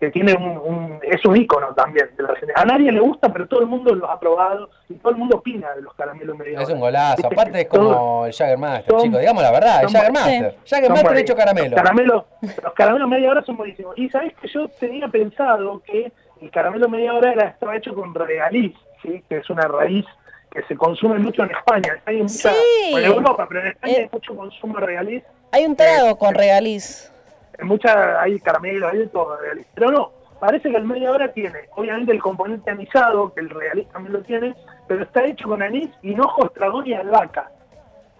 Speaker 4: que tiene un, un- es un ícono también. de la gente. A nadie le gusta, pero todo el mundo los ha probado y todo el mundo opina de los caramelos media
Speaker 2: Es
Speaker 4: hora.
Speaker 2: un golazo.
Speaker 4: Viste
Speaker 2: Aparte
Speaker 4: que
Speaker 2: es
Speaker 4: todo-
Speaker 2: como el Jaggermaster,
Speaker 4: son-
Speaker 2: chicos. Digamos la verdad, el
Speaker 4: son-
Speaker 2: Jaggermaster.
Speaker 4: son
Speaker 2: Jaggermaster
Speaker 4: buenísimos.
Speaker 2: hecho caramelo.
Speaker 4: Los caramelos, los caramelos media hora son buenísimos. Y sabés que yo tenía pensado que el caramelo media hora era, estaba hecho con regaliz, ¿sí? que es una raíz que se consume mucho en España. En España hay mucha,
Speaker 3: Sí.
Speaker 4: bueno, en Europa, pero en España
Speaker 3: Eh.
Speaker 4: hay mucho consumo de regaliz.
Speaker 3: Hay un trago con
Speaker 4: Eh,
Speaker 3: regaliz.
Speaker 4: En mucha hay caramelo, hay de todo de regaliz. Pero no, parece que el media hora tiene, obviamente, el componente anisado, que el regaliz también lo tiene, pero está hecho con anís, hinojo, estragón y albahaca.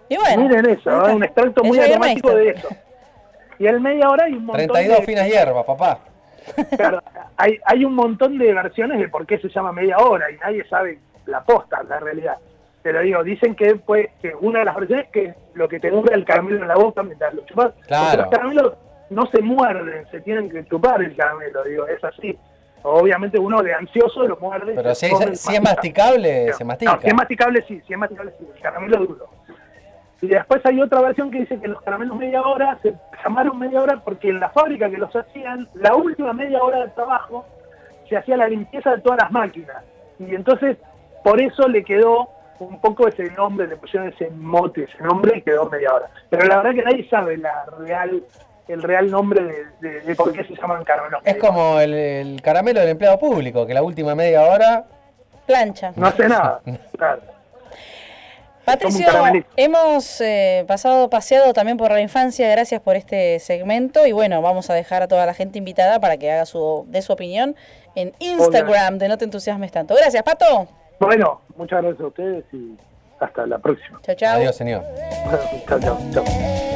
Speaker 3: Y bueno.
Speaker 4: Miren eso,
Speaker 3: ahí
Speaker 4: ¿eh?
Speaker 3: está.
Speaker 4: un extracto
Speaker 3: El
Speaker 4: muy aromático de
Speaker 3: Jägermeister.
Speaker 4: eso. Y al media hora hay un montón
Speaker 2: 32
Speaker 4: de,
Speaker 2: finas hierbas, papá.
Speaker 4: claro, hay, hay un montón de versiones de por qué se llama media hora y nadie sabe la posta, la realidad. Pero digo, dicen que, pues, que una de las versiones es que lo que te dura el caramelo en la boca mientras lo chupas.
Speaker 2: Claro.
Speaker 4: Porque los caramelos no se muerden, se tienen que chupar el caramelo, digo, es así. Obviamente uno de ansioso lo muerde. y
Speaker 2: Pero
Speaker 4: se
Speaker 2: si,
Speaker 4: come,
Speaker 2: es- si es
Speaker 4: mastica.
Speaker 2: masticable,
Speaker 4: No,
Speaker 2: se mastica.
Speaker 4: No, si es masticable sí, si es masticable sí, el caramelo duro. Y después hay otra versión que dice que los caramelos media hora se llamaron media hora porque en la fábrica que los hacían, la última media hora de trabajo se hacía la limpieza de todas las máquinas. Y entonces por eso le quedó un poco ese nombre, le pusieron ese mote, ese nombre y quedó media hora. Pero la verdad que nadie sabe la real el real nombre de, de- de por qué se llaman caramelos.
Speaker 2: Es
Speaker 4: media hora.
Speaker 2: como el, el caramelo del empleado público, que la última media hora.
Speaker 3: Plancha.
Speaker 4: No hace nada. Claro.
Speaker 3: Patricio,
Speaker 4: Somos un caramelito.
Speaker 3: hemos eh, pasado paseado también por la infancia, gracias por este segmento y bueno, vamos a dejar a toda la gente invitada para que haga su de su opinión en Instagram, de no te entusiasmes tanto. Gracias, Pato.
Speaker 4: Bueno, muchas gracias a ustedes y hasta la próxima.
Speaker 3: Chao, chao.
Speaker 2: Adiós, señor.
Speaker 4: chao, chao, chao.
Speaker 6: Thank